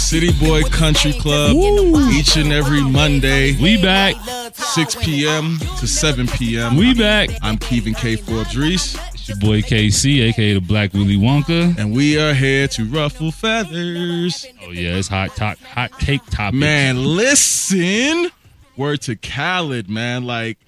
City Boy Country Club each and every Monday. We back. 6 p.m. to 7 p.m. We back. I'm Kevin K. Fordrees, It's your boy KC, aka the Black Willy Wonka. and we are here to ruffle feathers. Oh yeah, it's hot top, hot take topics. Man, listen. Word to Khaled, man. Like,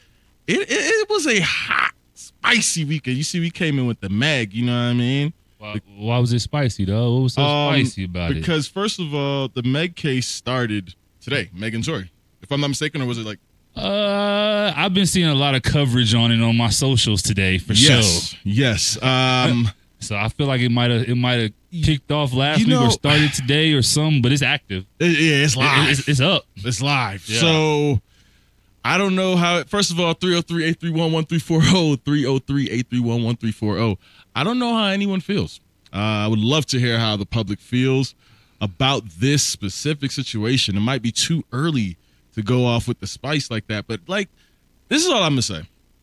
it, it, it was a hot, spicy weekend. You see, we came in with the mag, you know what I mean? why, why was it spicy though? What was so Um, spicy about it? Because, first of all, the Meg case started today, Megan Tory. If I'm not mistaken, or was it like Uh, I've been seeing a lot of coverage on it on my socials today for yes, sure. yes? Um, So I feel like it might have it might have kicked off last You week know- or started today or something, but it's active. it- yeah, it's It- it- live. it's, it's up. It's live. Yeah. So I don't know how it, first of all, 303-831-1340, 303-831-1340. oh. I don't know how anyone feels. Uh, I would love to hear how the public feels about this specific situation. It might be too early to go off with the spice like that, but like this is all I'm gonna say.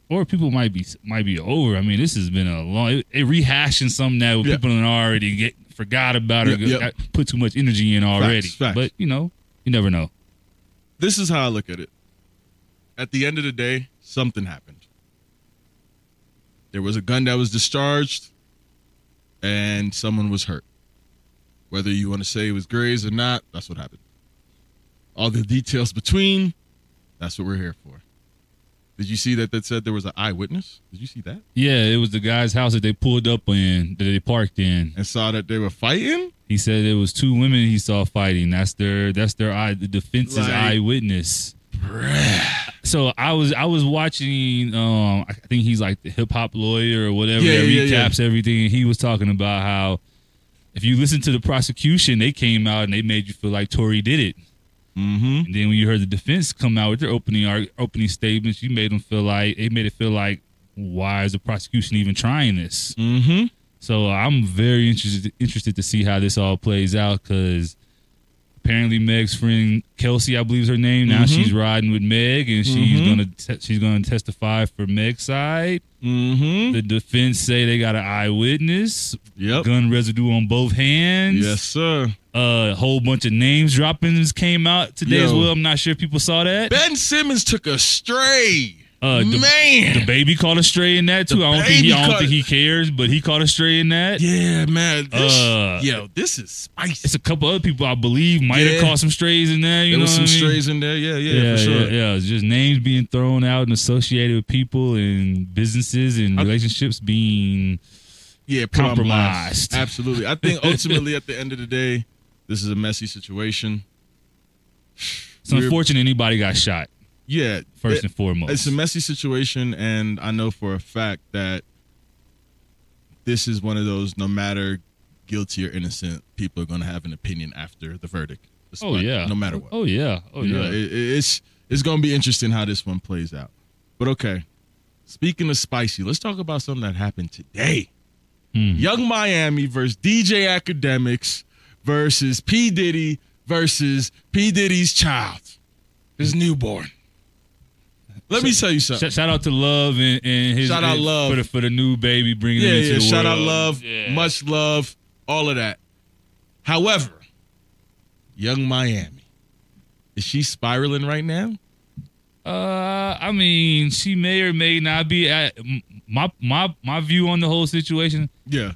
Or people might be might be over. I mean, this has been a long. It, it rehashing something that Yeah. people done already get forgot about or Yeah, yeah. got, put too much energy in already. facts. But you know, you never know. This is how I look at it. At the end of the day, something happened. There was a gun that was discharged and someone was hurt. Whether you want to say it was Graves or not, that's what happened. All the details between, that's what we're here for. Did you see that that said there was an eyewitness? Did you see that? Yeah, it was the guy's house that they pulled up in that they parked in. And saw that they were fighting? He said it was two women he saw fighting. That's their that's their eye the defense's Like- eyewitness. So I was I was watching um I think he's like the hip hop lawyer or whatever Yeah, that yeah, yeah, yeah. recaps everything and he was talking about how if you listen to the prosecution, they came out and they made you feel like Tory did it. Mm-hmm. And then when you heard the defense come out with their opening arg- opening statements, you made them feel like it made it feel like why is the prosecution even trying this? Mm-hmm. So I'm very interested interested to see how this all plays out because apparently Meg's friend Kelsey, I believe is her name. Now Mhm. she's riding with Meg, and she's Mhm. gonna te- she's gonna testify for Meg's side. Mm-hmm. The defense say they got an eyewitness, Yep. gun residue on both hands. Yes, sir. a whole bunch of names droppings came out today as Yo. well. I'm not sure if people saw that. Ben Simmons took a stray. Uh, the- Man. The baby caught a stray in that too. The I don't think he, baby I don't caught- think he cares, but he caught a stray in that. Yeah, man. This, Uh, yo, this is spicy. it's a couple other people I believe might Yeah. have caught some strays in there. You There know was some what I mean? strays in there. Yeah, yeah, for sure. yeah, yeah. It's just names being thrown out and associated with people and businesses and I- relationships being. Yeah, put on Compromised. blast. Absolutely. I think ultimately, at the end of the day, this is a messy situation. It's We're- unfortunate anybody got shot Yeah, first it- and foremost. it's a messy situation, and I know for a fact that this is one of those. No matter guilty or innocent, people are going to have an opinion after the verdict. oh Despite- yeah. no matter what. Oh yeah. Oh You yeah. know, uh, it- it- it's it's gonna be interesting how this one plays out. But okay, speaking of spicy, let's talk about something that happened today. Mm. Young Miami versus DJ Academics versus P Diddy versus P Diddy's child, his newborn. Let me tell you Sh- something. shout, out to Love and, and his uh, Shout out and Love. for the, for the new baby bringing Yeah, him into yeah. the Shout out, world. love, Yeah. much love, all of that. However, Young Miami, is she spiraling right now? Uh, I mean, she may or may not be. At, m- my my my view on the whole situation Yeah.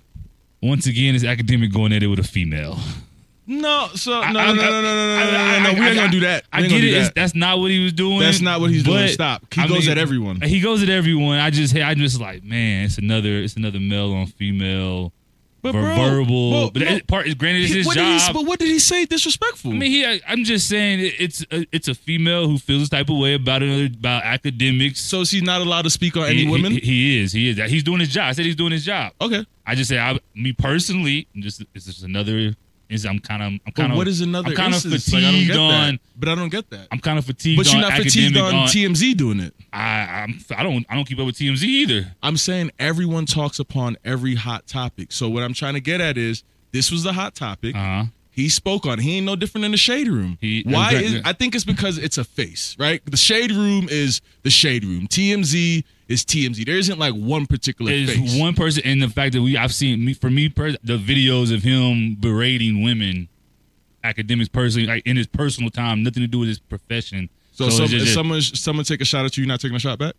once again is academic going at it with a female. No, so no, I- no, I'm- no, no, no, no, I- no, no, I- no, no. I- We I- ain't gonna do that. I We ain't get gonna it. do It's- That. That's not what he was doing. That's not what he's doing. but, Stop. He I goes mean, at everyone. He goes at everyone. I just I just like man, it's another it's another male on female But ver- bro, verbal. well, but that no. part is granted it's He- his what Did he, job. but what did he say? Disrespectful. I mean, he, I, I'm just saying it, it's a, it's a female who feels this type of way about another about academics. so she's not allowed to speak on He- any he- women. He, is. He is. He's doing his job. I said he's doing his job. okay. I just say I, me personally, I'm just it's just another. Is I'm kind of I'm But kind of what is another? I'm kind of instance? Like, I don't fatigued get on. That. But I don't get that. I'm kind of fatigued. But you're on not fatigued academic on, TMZ doing it. I I'm, I don't I don't keep up with TMZ either. I'm saying everyone talks upon every hot topic. So what I'm trying to get at is this was the hot topic. Uh huh. He spoke on. He ain't no different than the shade room. He- Why exactly. is? I think it's because it's a face, right? The shade room is the shade room. TMZ is TMZ. There isn't like one particular There's face. one person, and the fact that we I've seen me for me pers- the videos of him berating women academics personally, like in his personal time, nothing to do with his profession. So, some, it's if just- someone someone take a shot at you, you're not taking a shot back.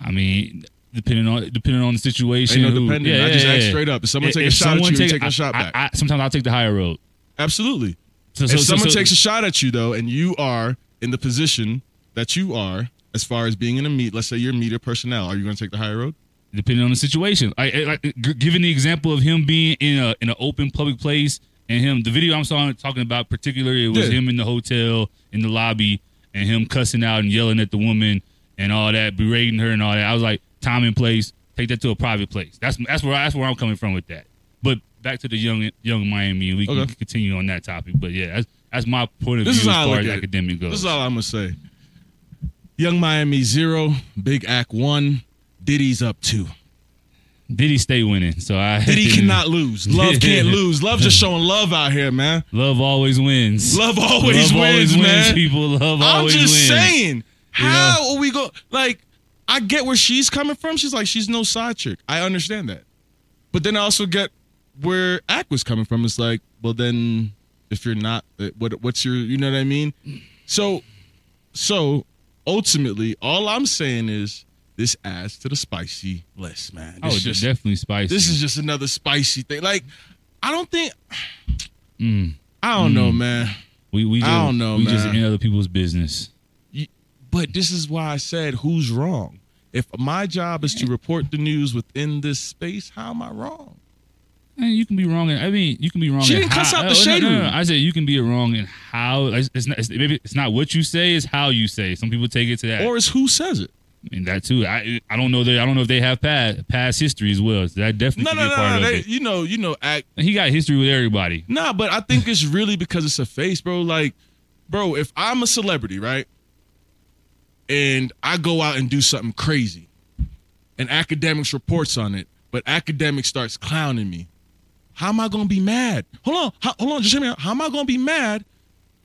I mean, depending on depending on the situation, Ain't no who- dependent. yeah, I just yeah, asked yeah. straight up. If someone If- take a if shot at someone you, take- you take I- a shot I- back. I- sometimes I'll take the higher road. Absolutely. So, if someone takes a shot at you though, and you are in the position that you are as far as being in a meet, let's say you're media personnel, are you going to take the high road? depending on the situation. Like, eh, like g- given the example of him being in a in an open public place and him the video I'm saw- talking about particularly it was Yeah. him in the hotel in the lobby and him cussing out and yelling at the woman and all that berating her and all that. I was like time and place. Take that to a private place. That's that's where that's where I'm coming from with that. But back to the young young Miami, we Okay. can continue on that topic. But yeah, that's, that's my point of This is view how I as far look as at it. academic goes. This is all I'm gonna say. Young Miami zero, Big Act one, Diddy's up two. Diddy stay winning, so I Diddy didn't- cannot lose. Love can't Yeah. lose. Love just showing love out here, man. Love always wins. Love always Love wins, man. People love I'm always just wins. saying, how are we go? Like, I get where she's coming from. She's like, she's no side chick. I understand that, but then I also get where Ack was coming from. It's like, well, then if you're not, eh, what what's your, you know what I mean? So, so ultimately, all I'm saying is this adds to the spicy list, man. Oh, This it's just- definitely spicy. this is just another spicy thing. Like, I don't think. Mm. I don't know, man. we we I just, don't know, we just man. in other people's business. You- but this is why I said who's wrong. If my job is to report the news within this space, how am I wrong? And you can be wrong. In, I mean, you can be wrong. She in didn't how, cuss out the oh, no, shade no, no, room. I said you can be wrong in how. It's, it's not. It's, maybe it's not what you say. It's how you say. it. Some people take it to that. Or is who says it? I mean, that too. I I don't know that. I don't know if they have past past history as well. So that definitely No, could no, be no, a part no. of They, it. you know, you know, act. And He got history with everybody. Nah, but I think it's really because it's a face, bro. Like, bro, if I'm a celebrity, right, and I go out and do something crazy, and academics reports on it, but academics starts clowning me, how am I gonna be mad? Hold on, ho- hold on, just hear me. out. How am I gonna be mad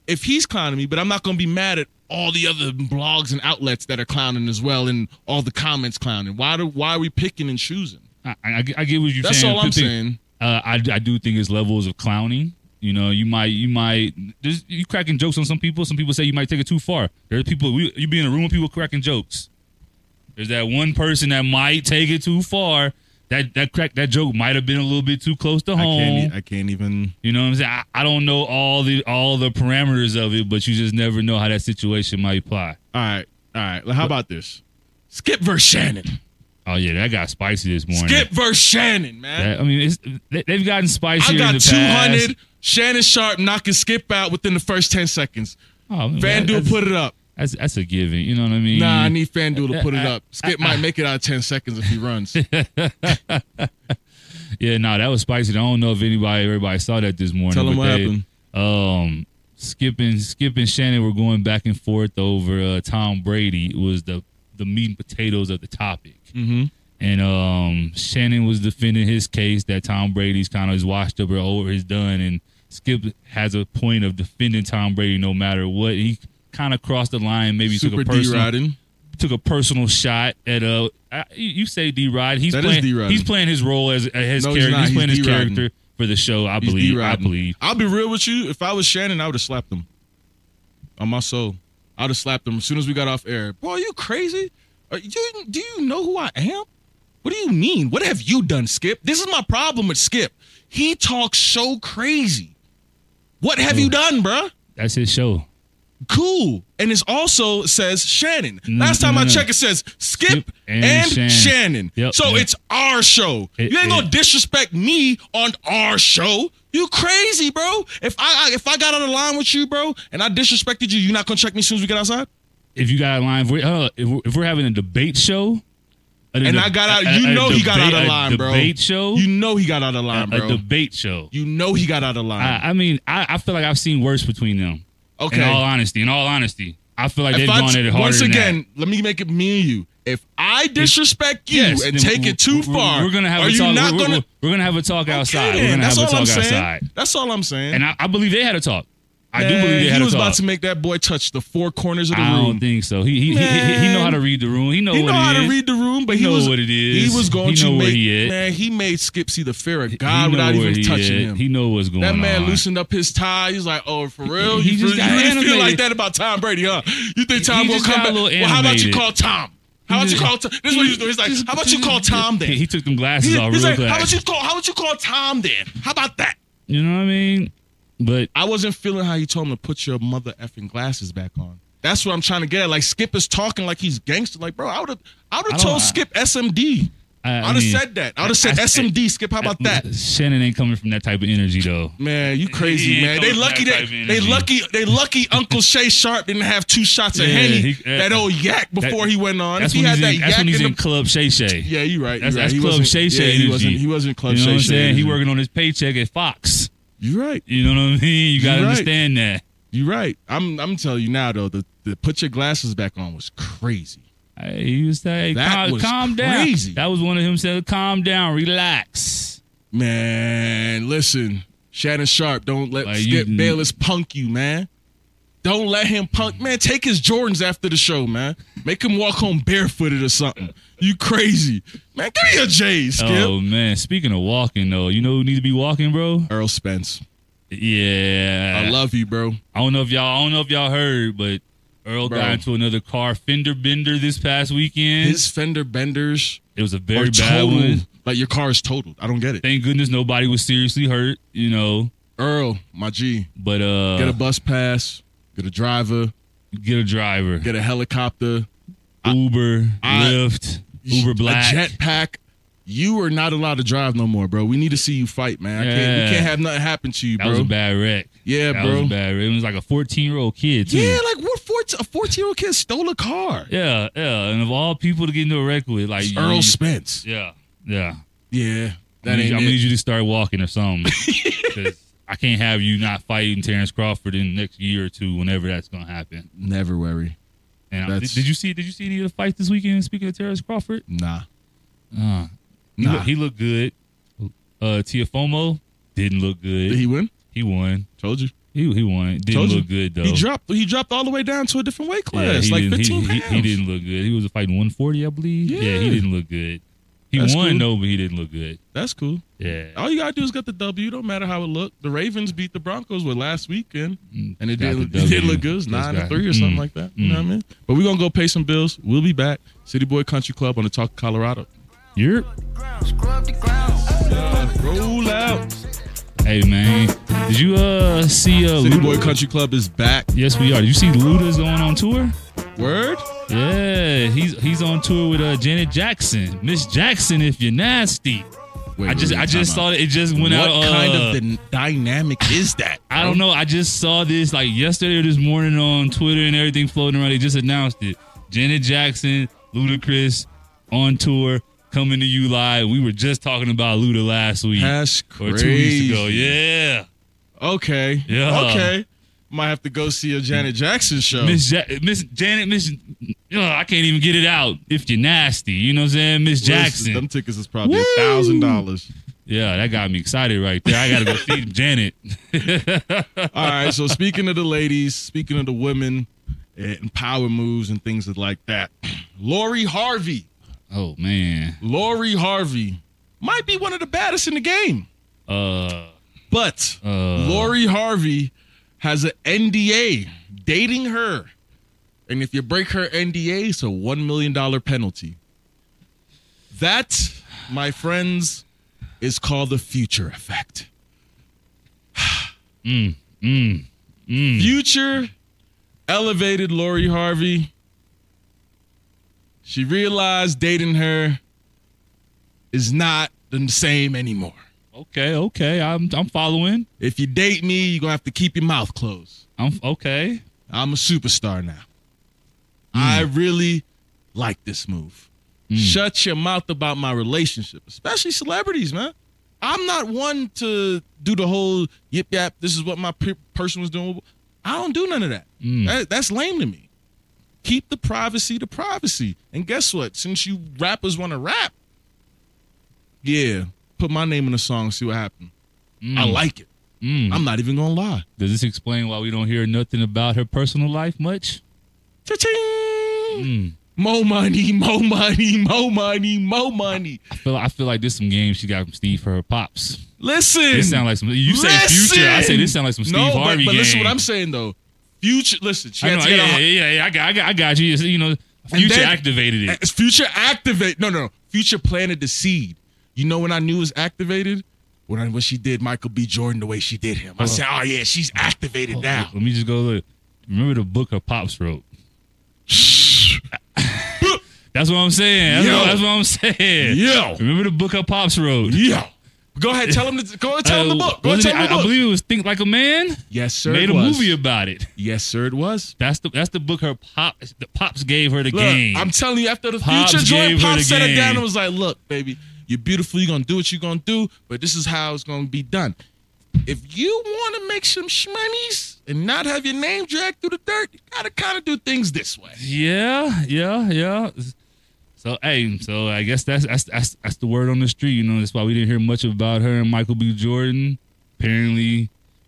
if he's clowning me, but I'm not gonna be mad at all the other blogs and outlets that are clowning as well, and all the comments clowning? Why do why are we picking and choosing? I, I, I get what you're That's saying. all I'm Pick- saying. Uh, I, I do think it's levels of clowning. You know, you might you might there's you cracking jokes on some people. Some people say you might take it too far. There's people we, you be in a room with people cracking jokes. There's that one person that might take it too far. That that crack that joke might have been a little bit too close to home. I can't even. you know what I'm saying? I, I don't know all the all the parameters of it, but you just never know how that situation might apply. All right, all right. Well, How about this? Skip versus Shannon. Oh yeah, that got spicy this morning. Skip versus Shannon, man. That- I mean, it's, they, they've gotten spicier. I in got the 200. Past. Shannon Sharp knocking Skip out within the first 10 seconds. Oh, man, FanDuel that's- put it up. That's that's a given. You know what I mean? Nah, I need FanDuel to put it I- up. Skip might make it out of 10 seconds if he runs. yeah, nah, that was spicy. I don't know if anybody everybody saw that this morning. Tell 'em but what they- happened. Um, Skip and Skip and Shannon were going back and forth over uh, Tom Brady It was the the meat and potatoes of the topic. Mm-hmm. And um, Shannon was defending his case that Tom Brady's kind of is washed up or over his done, and Skip has a point of defending Tom Brady no matter what. He kind of crossed the line, maybe Super took a D personal riding. took a personal shot at uh I- you you say D Rod. He's That is playing D-Rodden. he's playing his role as uh, his No, he's character. not. He's, He's playing his D-Rodden. character for the show. I He's believe. I D-riding. believe. I'll be real with you. If I was Shannon, I would have slapped him. On my soul. I would have slapped him as soon as we got off air. Boy, are you crazy? Are you, do you know who I am? What do you mean? What have you done, Skip? This is my problem with Skip. He talks so crazy. What have you done, bruh? That's his show. Cool. And it also says Shannon. Last time no, I no. checked, it says Skip, Mm-hmm. Skip and, and Shannon. Shannon. Yep, so yep. it's our show. It- you ain't gonna it- disrespect me on our show. You crazy, bro. If I, I if I got on the line with you, bro, and I disrespected you, you not gonna check me as soon as we get outside? If you got a line, if we're, uh, if we're, if we're having a debate show, And I got out- you know he got out of line, bro. Debate show, You know he got out of line, a bro. debate show. you know he got out of line. I, I mean, I, I feel like I've seen worse between them. okay. In all honesty, in all honesty, I feel like If they've I- gone at it harder. once than that. again, let me make it me and you. If I disrespect you Yes, and then take we- it too we- far, We're gonna have are a you talk. not we're, gonna? we're- we're gonna have a talk outside. Okay, We're then. gonna have That's a all talk I'm saying. outside. That's all I'm saying. And I, I believe they had a talk. I do believe they Man, had he a was about talk. to make that boy touch the four corners of the I room. don't think so. He he, he, he he know how to read the room. He know He what know it how to is. read the room, but He he know was what it is. He was going He to know where make he at. man. He made Skipsy the fear of He God know without where even he touching at. him. He know what's going that man on. loosened up his tie. He's like, "Oh, for real? he you just really, got you really feel animated. like that about Tom Brady, huh? You think Tom He will just come got a back? little Well, how about you animated. call Tom? How about you call Tom? This is what he was doing. He's like, "How about you call Tom then? He, he took them glasses He- off he's real like, "How about fast. you call? How about you call Tom then? How about that?" you know what I mean? But I wasn't feeling how he told him to put your mother effing glasses back on. That's what I'm trying to get at. Like Skip is talking like he's gangster. Like, bro, I would have, I would I have don't- told I- Skip SMD. I, I I would have mean, said that. I would have said I- I- SMD. Skip, how about that? Shannon ain't coming from that type of energy though. Man, you He crazy, ain't man. They coming lucky from that that type of they energy. lucky they lucky Uncle Shay Sharp didn't have two shots of Yeah, Henny he- uh, that old yak before he went on. That's if he when had he's that in, that's yak when in he's the in Club Shay Shay. yeah, you're right. That's, you're right. that's he Club wasn't- Shay Shay yeah, energy. He wasn't. He wasn't Club you know Shay what I'm Shay. saying? He energy. working on his paycheck at Fox. You're right. You know what I mean? You gotta You're right. understand that. You're right. I'm. I'm telling you now though. The, the put your glasses back on was crazy. I- He was like, That calm, was calm crazy. down. That was one of him saying, calm down, relax. Man, listen, Shannon Sharp, don't let Like, you- Skip Bayless punk you, man. Don't let him punk, man. Take his Jordans after the show, man. Make him walk home barefooted or something. You crazy, man? Give me your J's, Skip. Oh man, speaking of walking though, you know who needs to be walking, bro? Earl Spence, Yeah, I love you, bro. I don't know if y'all, I don't know if y'all heard, but Earl Bro. got into another car fender bender this past weekend. His fender benders it was a are very bad totaled. one. Like your car is totaled. I don't get it. Thank goodness nobody was seriously hurt, you know. Earl, my G, But uh, get a bus pass, get a driver, get a driver, get a helicopter, Uber, I- Lyft, Uber Black. a jetpack. You are not allowed to drive no more, bro. We need to see you fight, man. I can't, Yeah. we can't have nothing happen to you, that bro. was a bad wreck. Yeah, that bro. was a bad. Wreck. It was like a fourteen year old kid too. yeah, like what? 14, a fourteen-year-old kid stole a car. yeah, yeah. And of all people to get into a wreck with, like you- Earl Spence. Yeah, yeah. Yeah, I that need, ain't you- I need it. you to start walking or something. 'Cause I can't have you not fighting Terrence Crawford in the next year or two, whenever that's gonna happen. Never worry. And I, did, That's- did you see? Did you see any of the fights this weekend? Speaking of Terrence Crawford, Nah, uh, he, Nah. look- he looked good. Uh, Tiafomo didn't look good. did He, he win? won. Told you. He he won. Didn't Told you. look good though. He dropped. He dropped all the way down to a different weight Yeah, class, he like didn't- he- fifteen he, pounds. he didn't look good. He was fighting 140, I believe. Yeah, he Yeah. didn't look good. He That's won cool. though, but he didn't look good. That's cool. Yeah, All you gotta do is get the W. Don't matter how it looked. The Ravens beat the Broncos with last weekend, Mm, and it got didn't the it didn't W. look good. It was Just nine to got- three or something mm, like that. You know what I mean? But we're gonna go pay some bills. We'll be back. City Boy Country Club on the Talk of Colorado. you're. Scrub the ground. Roll out. Hey man, did you uh see uh City Luda? Boy Country Club is back. Yes, we are. Did you see Luda's going on tour? Word. Yeah, he's he's on tour with uh Janet Jackson, Miss Jackson. If you're nasty, Wait, I just wait, I wait, just time saw out. it. It just went What out. Uh, kind of the dynamic is that? I don't know. I just saw this like yesterday or this morning on Twitter and everything floating around. They just announced it. Janet Jackson, Ludacris on tour coming to you live. We were just talking about Luda last week That's or crazy. two weeks ago. Yeah, Okay. Yeah. Okay. Might have to go see a Janet Jackson show. Miss ja- Miss Janet Miss. Ugh, I can't even get it out. If you're nasty, you know what I'm saying, Miss Jackson. Them tickets is probably Woo! a thousand dollars. Yeah, that got me excited right there. I gotta go see Janet. All right. So speaking of the ladies, speaking of the women and power moves and things like that, Lori Harvey, Oh man. Lori Harvey might be one of the baddest in the game, Uh but Uh. Lori Harvey has an NDA dating her, and if you break her NDA, it's a one million dollar penalty. That, my friends, is called the future effect. mm. Future elevated Lori Harvey. She realized dating her is not the same anymore. Okay, okay. I'm I'm following. If you date me, you're going to have to keep your mouth closed. I'm okay. I'm a superstar now. I really like this move. Shut your mouth about my relationship, especially celebrities, man. I'm not one to do the whole yip yap. This is what my pe- person was doing. I don't do none of that. That- That's lame to me. Keep the privacy to privacy. And guess what? Since you rappers want to rap, yeah, put my name in the song, see what happens. I like it. Mm. I'm not even gonna lie. Does this explain why we don't hear nothing about her personal life much? Cha-ching! Mm. Mo money, mo money, mo money, mo money. I feel I feel like this some game she got from Steve for her pops. Listen. This sound like some. You say future. I say this sound like some Steve no, but- Harvey But, game. listen what I'm saying though. Future, listen, she I had know, to get yeah, out- yeah, yeah, yeah, I got, I got, I got you. It's, You know, future then- activated it. It's uh, Future activate. No, no, no. Future planted the seed. You know when I knew it was activated? When I, when she did Michael B. Jordan the way she did him. I said, oh yeah, she's Oh, activated now. Let me just go look. Remember the book her pops wrote. That's what I'm saying. That's, Yo. what, that's what I'm saying. Yo. Remember the book her pops wrote. Yo. Go ahead, tell him to go ahead, tell him the Uh, book. Go ahead, wasn't tell it- him the I, I book. believe it was Think Like a Man. yes, sir. Made it a was. movie about it. Yes, sir, it was. That's the that's the book her pops the pops gave her the Look, game. I'm telling you, after the Pops future, Jordan gave her Pop the set her down game. and was like, look, baby, you're beautiful, you're gonna do what you're gonna do, but this is how it's gonna be done. If you wanna make some shmoneys and not have your name dragged through the dirt, you gotta kinda do things this way. Yeah, yeah, yeah. So hey, so I guess that's that's that's, that's the word on the street. You know, that's why we didn't hear much about her and Michael B. Jordan. Apparently, you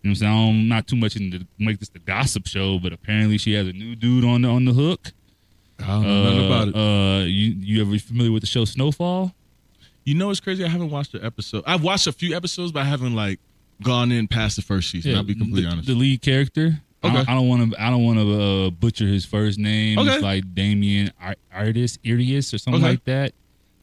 know, what I'm saying I'm not too much into make this the gossip show, but apparently she has a new dude on the on the hook. I don't know nothing about it. Uh, you you ever familiar with the show Snowfall? You know it's crazy. I haven't watched the episode. I've watched a few episodes, but I haven't like gone in past the first season. I'll be completely the, honest. The lead character. I don't- Okay. I don't want to. I don't want to uh, butcher his first name. Okay. It's like Damien Ar- Artis, Irius, or something Okay. like that.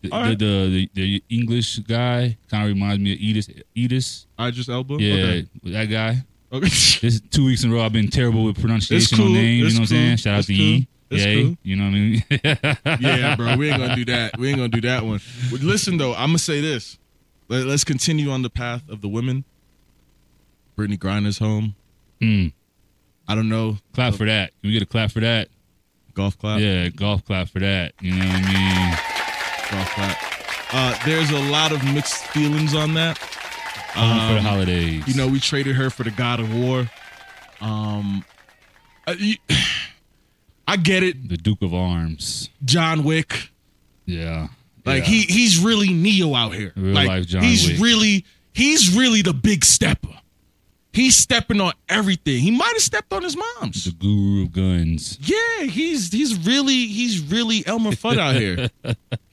The, All the, right. the, the the English guy kind of reminds me of Edis. Edis. I just elbow. Yeah, Oh, Okay. that guy. okay. This is two weeks in a row, I've been terrible with It's pronunciation cool. on names. It's you know what I'm cool. saying? Shout out It's to cool. E. It's Yay. cool. You know what I mean? yeah, bro. We ain't gonna do that. We ain't gonna do that one. But listen though, I'm gonna say this. Let, us continue on the path of the women. Brittany Griner's home. Mm. I don't know. Clap for that. Can we get a clap for that? Golf clap. Yeah, golf clap for that. You know what I mean? Golf clap. Uh, there's a lot of mixed feelings on that. Home for the Um, holidays. You know, we traded her for the God of War. Um, uh, you- I get it, the Duke of Arms. John Wick. Yeah. Like Yeah. he he's really Neo out here. Real like life John he's Wick. really he's really the big stepper. He's stepping on everything. He might have stepped on his the mom's. guru of guns. Yeah, he's he's really he's really Elmer Fudd out here.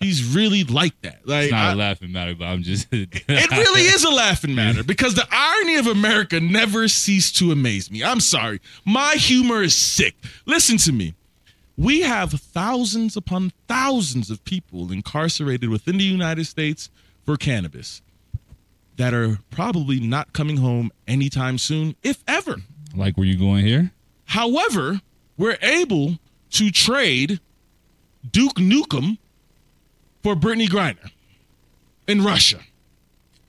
He's really like that. Like It's not I- a laughing matter, but I'm just. it really is a laughing matter because the irony of America never ceased to amaze me. I'm sorry. My humor is sick. Listen to me. We have thousands upon thousands of people incarcerated within the United States for cannabis that are probably not coming home anytime soon, if ever. like where you going here? However, we're able to trade Duke Nukem for Brittany Griner in Russia,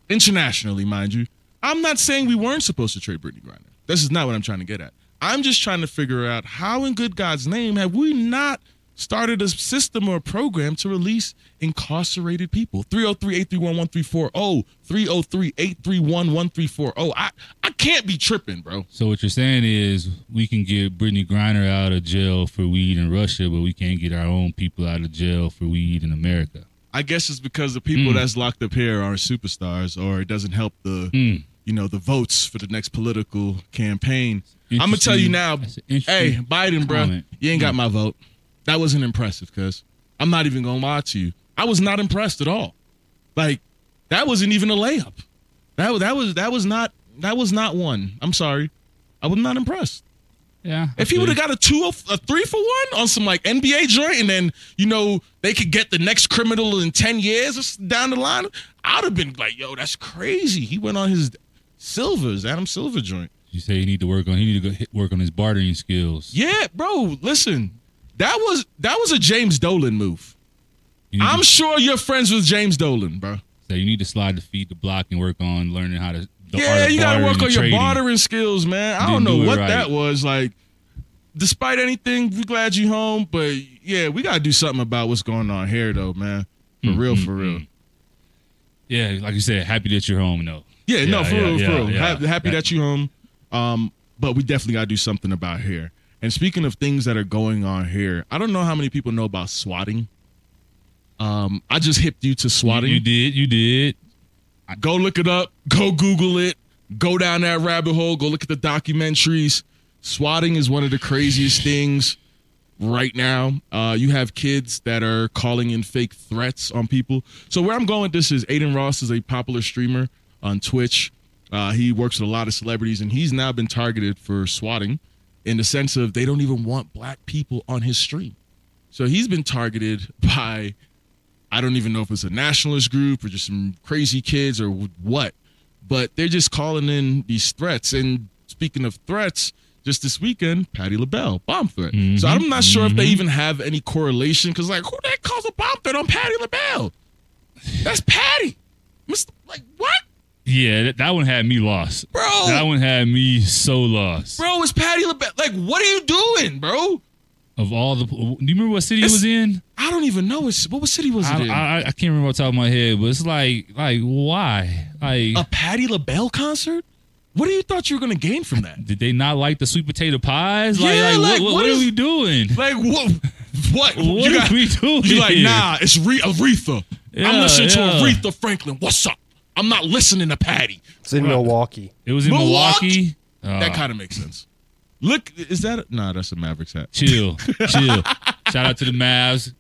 internationally, mind you. I'm not saying we weren't supposed to trade Brittany Griner. This is not what I'm trying to get at. I'm just trying to figure out how, in good God's name, have we not started a system or a program to release incarcerated people? 303 831 1340, 303 831 1340. oh. I can't be tripping, bro. So what you're saying is we can get Brittany Griner out of jail for weed in Russia, but we can't get our own people out of jail for weed in America. I guess it's because the people Hmm. that's locked up here are superstars, or it doesn't help the Hmm. you know the votes for the next political campaign. I'm gonna tell you Interesting. now, That's an hey interesting Biden, bro, comment. Hmm. you ain't got my vote. That wasn't impressive, cuz I'm not even gonna lie to you. I was not impressed at all. Like that wasn't even a layup. That was that was that was not that was not one. I'm sorry, I was not impressed. Yeah. If he would have got a two, a three for one on some like NBA joint, and then you know they could get the next criminal in ten years or s- down the line, I'd have been like, "Yo, that's crazy." He went on his Silver's Adam Silver joint. you say he need to work on he need to go hit, work on his bartering skills. Yeah, bro. Listen, that was that was a James Dolan move. You need I'm to, sure you're friends with James Dolan, bro. so you need to slide the feet the block and work on learning how to. The art Yeah, of you gotta bartering work on and your trading. bartering skills, man. I don't Didn't know do it what right. that was. Like, despite anything, we glad you home. But yeah, we gotta do something about what's going on here, though, man. For Mm, real, for real. Yeah, like you said, happy that you're home though. Yeah, no, Yeah, for yeah, real, for yeah, real. yeah. Happy, happy Yeah. that you home. Um, but we definitely gotta do something about here. And speaking of things that are going on here, I don't know how many people know about swatting. Um, I just hipped you to swatting. You did, you did. go look it up. Go Google it. Go down that rabbit hole. Go look at the documentaries. Swatting is one of the craziest things right now. Uh, you have kids that are calling in fake threats on people. So where I'm going with this is Aiden Ross is a popular streamer on Twitch. Uh, he works with a lot of celebrities, and he's now been targeted for swatting in the sense of they don't even want black people on his stream. So he's been targeted by I don't even know if it's a nationalist group or just some crazy kids or what, but they're just calling in these threats. And speaking of threats, just this weekend, Patty LaBelle bomb threat. So I'm not sure if they Mm-hmm. even have any correlation because like who that calls a bomb threat on Patty LaBelle? That's Patty. Mr. Like what, Yeah, that, that one had me lost. bro? That one had me so lost. bro, it's Patty LaBelle. Like what are you doing, bro? Of all the, do you remember what city it was in? I don't even know. It's, what what city was it I, in? I, I can't remember off the top of my head, but it's like, like why? Like, a Patty LaBelle concert? What do you thought you were gonna gain from that? did they not like the sweet potato pies? Like, Yeah, like, like, what, what, what what is- are we doing? Like what? What? What you are we doing You like here? nah? It's Re- uh, Aretha. I'm Yeah, listening yeah. to Aretha Franklin. What's up? I'm not listening to Patty. It's in Milwaukee. It was in Milwaukee? Milwaukee. That Ah, kind of makes sense. Look, is that a- nah? That's a Mavericks hat. chill, chill. Shout out to the Mavs.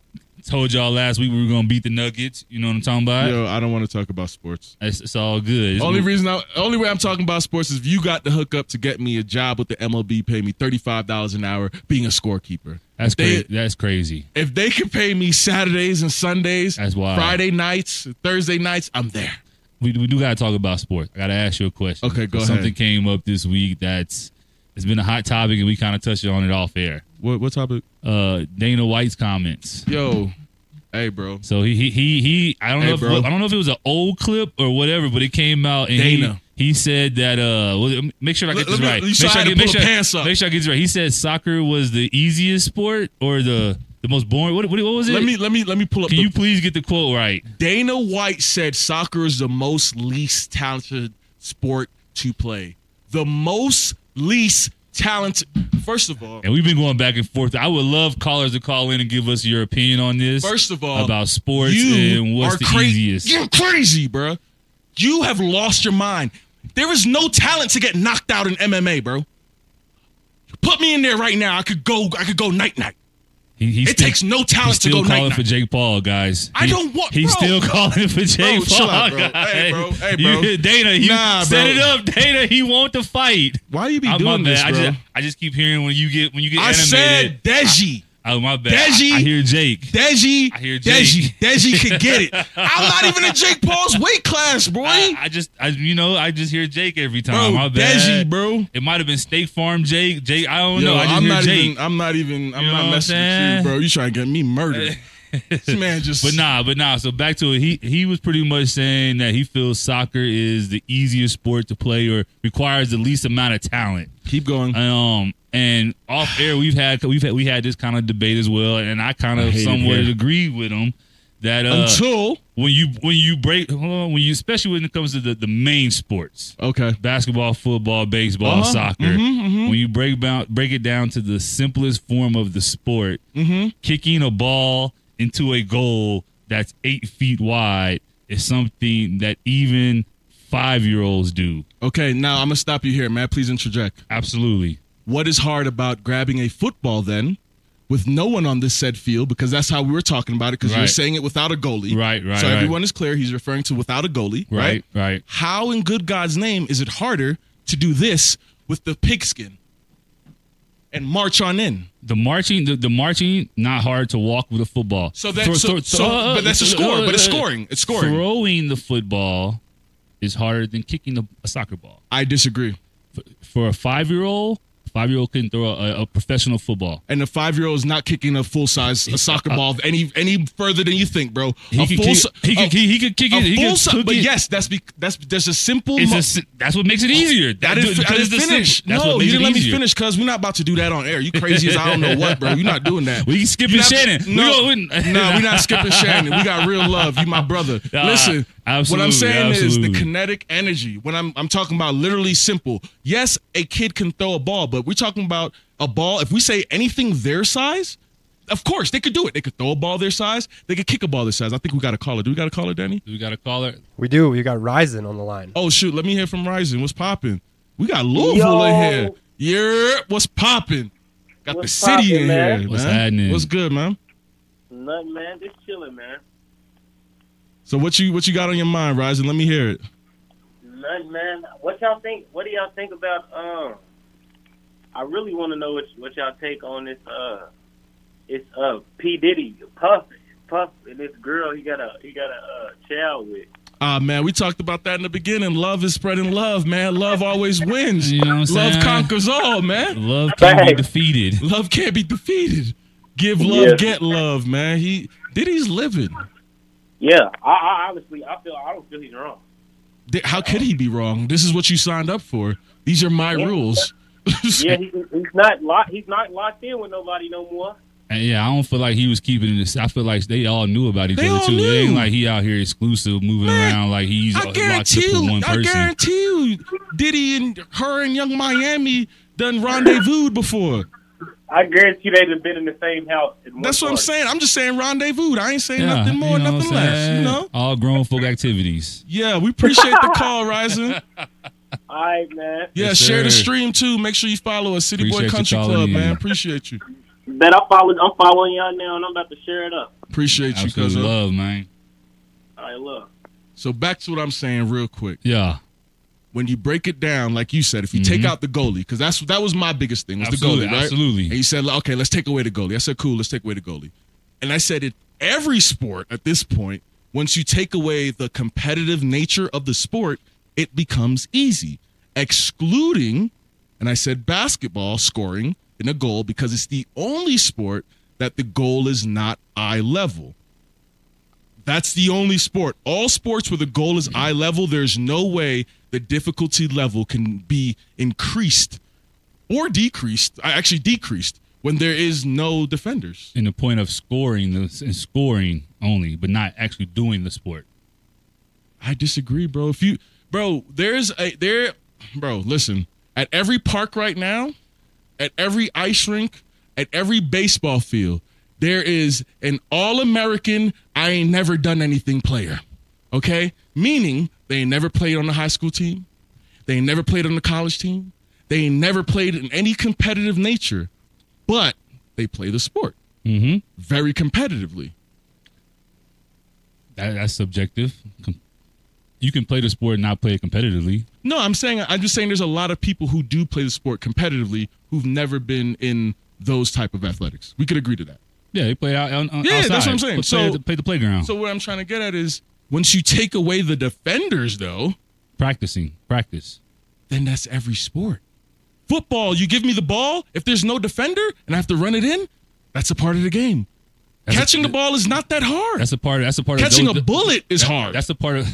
Told y'all last week we were gonna beat the Nuggets. You know what I'm talking about? Yo, I don't want to talk about sports. It's, it's all good. It's Only good. reason, I, only way I'm talking about sports is if you got the hookup to get me a job with the MLB, pay me thirty five dollars an hour, being a scorekeeper. that's they- crazy. That's crazy. If they could pay me Saturdays and Sundays, That's wild. Friday nights, Thursday nights, I'm there. we, we do gotta talk about sports. I gotta ask you a question. Okay, go Because ahead. Something came up this week that's it's been a hot topic, and we kind of touched on it off air. What what topic? Uh, Dana White's comments. Yo, hey, bro. So he he he, he I don't Hey, know if, bro. I don't know if it was an old clip or whatever, but it came out and he- Dana. He, said that uh, well, make sure I Let- let get this me- right. you Make saw sure I had to get- make pull the sure pants up. Make sure I get this right. He said soccer was the easiest sport or the the most boring. What what, what was it? Let me let me let me pull up. Can the, you please get the quote right? Dana White said soccer is the most least talented sport to play. The most least talented. First of all, And we've been going back and forth. I would love callers to call in and give us your opinion on this. First of all, about sports and what's the cra- easiest. You're crazy, bro. You have lost your mind. There is no talent to get knocked out in MMA, bro. Put me in there right now. I could go. I could go night night. He, he It still- takes no He's talent to still go calling night for night. Jake Paul, guys. I He- don't want- He's bro. still calling for Jake Bro, chill Paul, out, bro. guys. Hey, bro. Hey, You- bro. Dana, you Nah, set bro. it up, Dana. He want the fight. Why you be I'm doing my this, bad. bro? I just, I just keep hearing when you get when you get I animated. said Deji. oh my bad. Deji- I, I hear Jake. Deji, I hear Deji, Jake. Deji could get it. I'm not even in Jake Paul's weight class, boy. I, I just I you know I just hear Jake every bro, time. my bad. Deji, bro. It might have been State Farm Jake. Jake. I don't know. I just am hear not Jake. even. I'm not even. I'm You know not what I'm messing with you, saying? bro. You trying to get me murdered? this man just. But nah, but nah. So back to it. He he was pretty much saying that he feels soccer is the easiest sport to play or requires the least amount of talent. Keep going. Um, and off air we've had we've had we had this kind of debate as well, and I kind I of hate it somewhat here. agreed with him that uh, Until when you when you break hold on, when you especially when it comes to the, the main sports okay. basketball, football, baseball, Uh-huh. soccer. When you break down, break it down to the simplest form of the sport, Mm-hmm. kicking a ball into a goal that's eight feet wide is something that even five year olds do. Okay. Now I'm gonna stop you here, Matt. Please interject. Absolutely. What is hard about grabbing a football then? With no one on this said field, because that's how we were talking about it, because you were Right. saying it without a goalie. Right, right, So right. everyone is clear. He's referring to without a goalie, Right, right. How in good God's name is it harder to do this with the pigskin and march on in? The marching, the, the marching, not hard to walk with a football. So that- Throw- so- throw- so- throw- uh, but that's a score, but it's scoring. It's scoring. Throwing the football is harder than kicking a, a soccer ball. I disagree. For a five year old, five year old can throw a, a professional football. And a five year old is not kicking a full size a soccer ball any any further than you think, bro. He a could full kick, si- he could a- he could kick a it. He full could si- cook but it. yes, that's be, that's there's a simple. It's mo- a si- that's what makes it easier. I didn't, I because didn't it's the simple- finish. that's no, what makes you didn't it let me easier. finish because we're not about to do that on air. You crazy as I don't know what, bro. You're not doing that. We skipping You're not- Shannon. No, We no, don't- we're not skipping Shannon. We got real love. You my brother. Nah, Listen, what I'm absolutely, saying is the absolutely. kinetic energy. When I'm I'm talking about literally simple. Yes, a kid can throw a ball, but we're talking about a ball. If we say anything their size, Of course, they could do it. They could throw a ball their size. They could kick a ball their size. I think we got a caller. Do we got a caller, Danny? Do we got a caller? We do. We got Ryzen on the line. Oh shoot, let me hear from Rising. What's popping? We got Louisville in here. Yeah, what's popping? Got What's the city in poppin', man? here. What's man. happening? What's good, man? Nothing, man. Just chilling, man. So what you what you got on your mind, Rising? Let me hear it. Nothing, man. What y'all think? What do y'all think about? Um, I really want to know what what y'all take on this. Uh, it's uh P Diddy Puff Puff and this girl he got a he got a uh, child with. Ah man, we talked about that in the beginning. Love is spreading love, man. Love always wins. You know what I'm love saying? conquers all, man. Love can be Right. defeated. Love can't be defeated. Give love, Yeah. get love, man. He Diddy's living. Yeah, I, I honestly I feel I don't feel he's wrong. Th- How could he be wrong? This is what you signed up for. These are my Yeah. rules. Yeah, he, he's not locked. He's not locked in with nobody no more. And yeah, I don't feel like he was keeping this. I feel like they all knew about each They other all too. It ain't knew. like he out here exclusive moving Man, around like he's I locked up guarantee with you. one I person. guarantee you. Diddy and her and Young Miami done rendezvoused before. I guarantee they'd have been in the same house. at one That's what I'm party. saying. I'm just saying rendezvoused. I ain't saying Yeah, nothing more, you know what nothing I'm less. You saying? know? all grown folk activities. Yeah, we appreciate the call, Ryzen. All right, man. Yeah, Yes, share the sir. stream too. Make sure you follow us, City Appreciate Boy you Country calling Club, in. man. Appreciate you. That I'm following. I'm following y'all now, and I'm about to share it up. Appreciate you, Absolute cousin. love, man. All right, look. So back to what I'm saying, real quick. Yeah, When you break it down, like you said, if you take Mhm. out the goalie, because that's that was my biggest thing was absolutely, the goalie, right? absolutely. And he said, okay, let's take away the goalie. I said, cool, let's take away the goalie. And I said, in every sport at this point, once you take away the competitive nature of the sport, it becomes easy, excluding, and I said, basketball scoring in a goal because it's the only sport that the goal is not eye level. That's the only sport. All sports where the goal is eye level, there's no way the difficulty level can be increased or decreased. I actually decreased when there is no defenders. In the point of scoring, the s- scoring only, but not actually doing the sport. I disagree, bro. If you, bro, there's a there, bro. Listen, at every park right now, at every ice rink, at every baseball field, there is an all-American. I ain't never done anything player. Okay, meaning they ain't never played on the high school team. They ain't never played on the college team. They ain't never played in any competitive nature, but they play the sport. Mm-hmm. very competitively. That, that's subjective. Com- You can play the sport and not play it competitively. No, I'm saying I'm just saying there's a lot of people who do play the sport competitively who've never been in those type of athletics. We could agree to that. Yeah, they play out. On, on- Yeah, that's what outside. I'm saying. Play, So- at the- play the playground. So what I'm trying to get at is once you take away the defenders though, practicing, practice. then that's every sport. Football, you give me the ball, if there's no defender and I have to run it in, that's a part of the game. That's a- Catching the ball is not that hard. That's a part. That's a part Catching of a those, bullet is that- hard. That's a part of.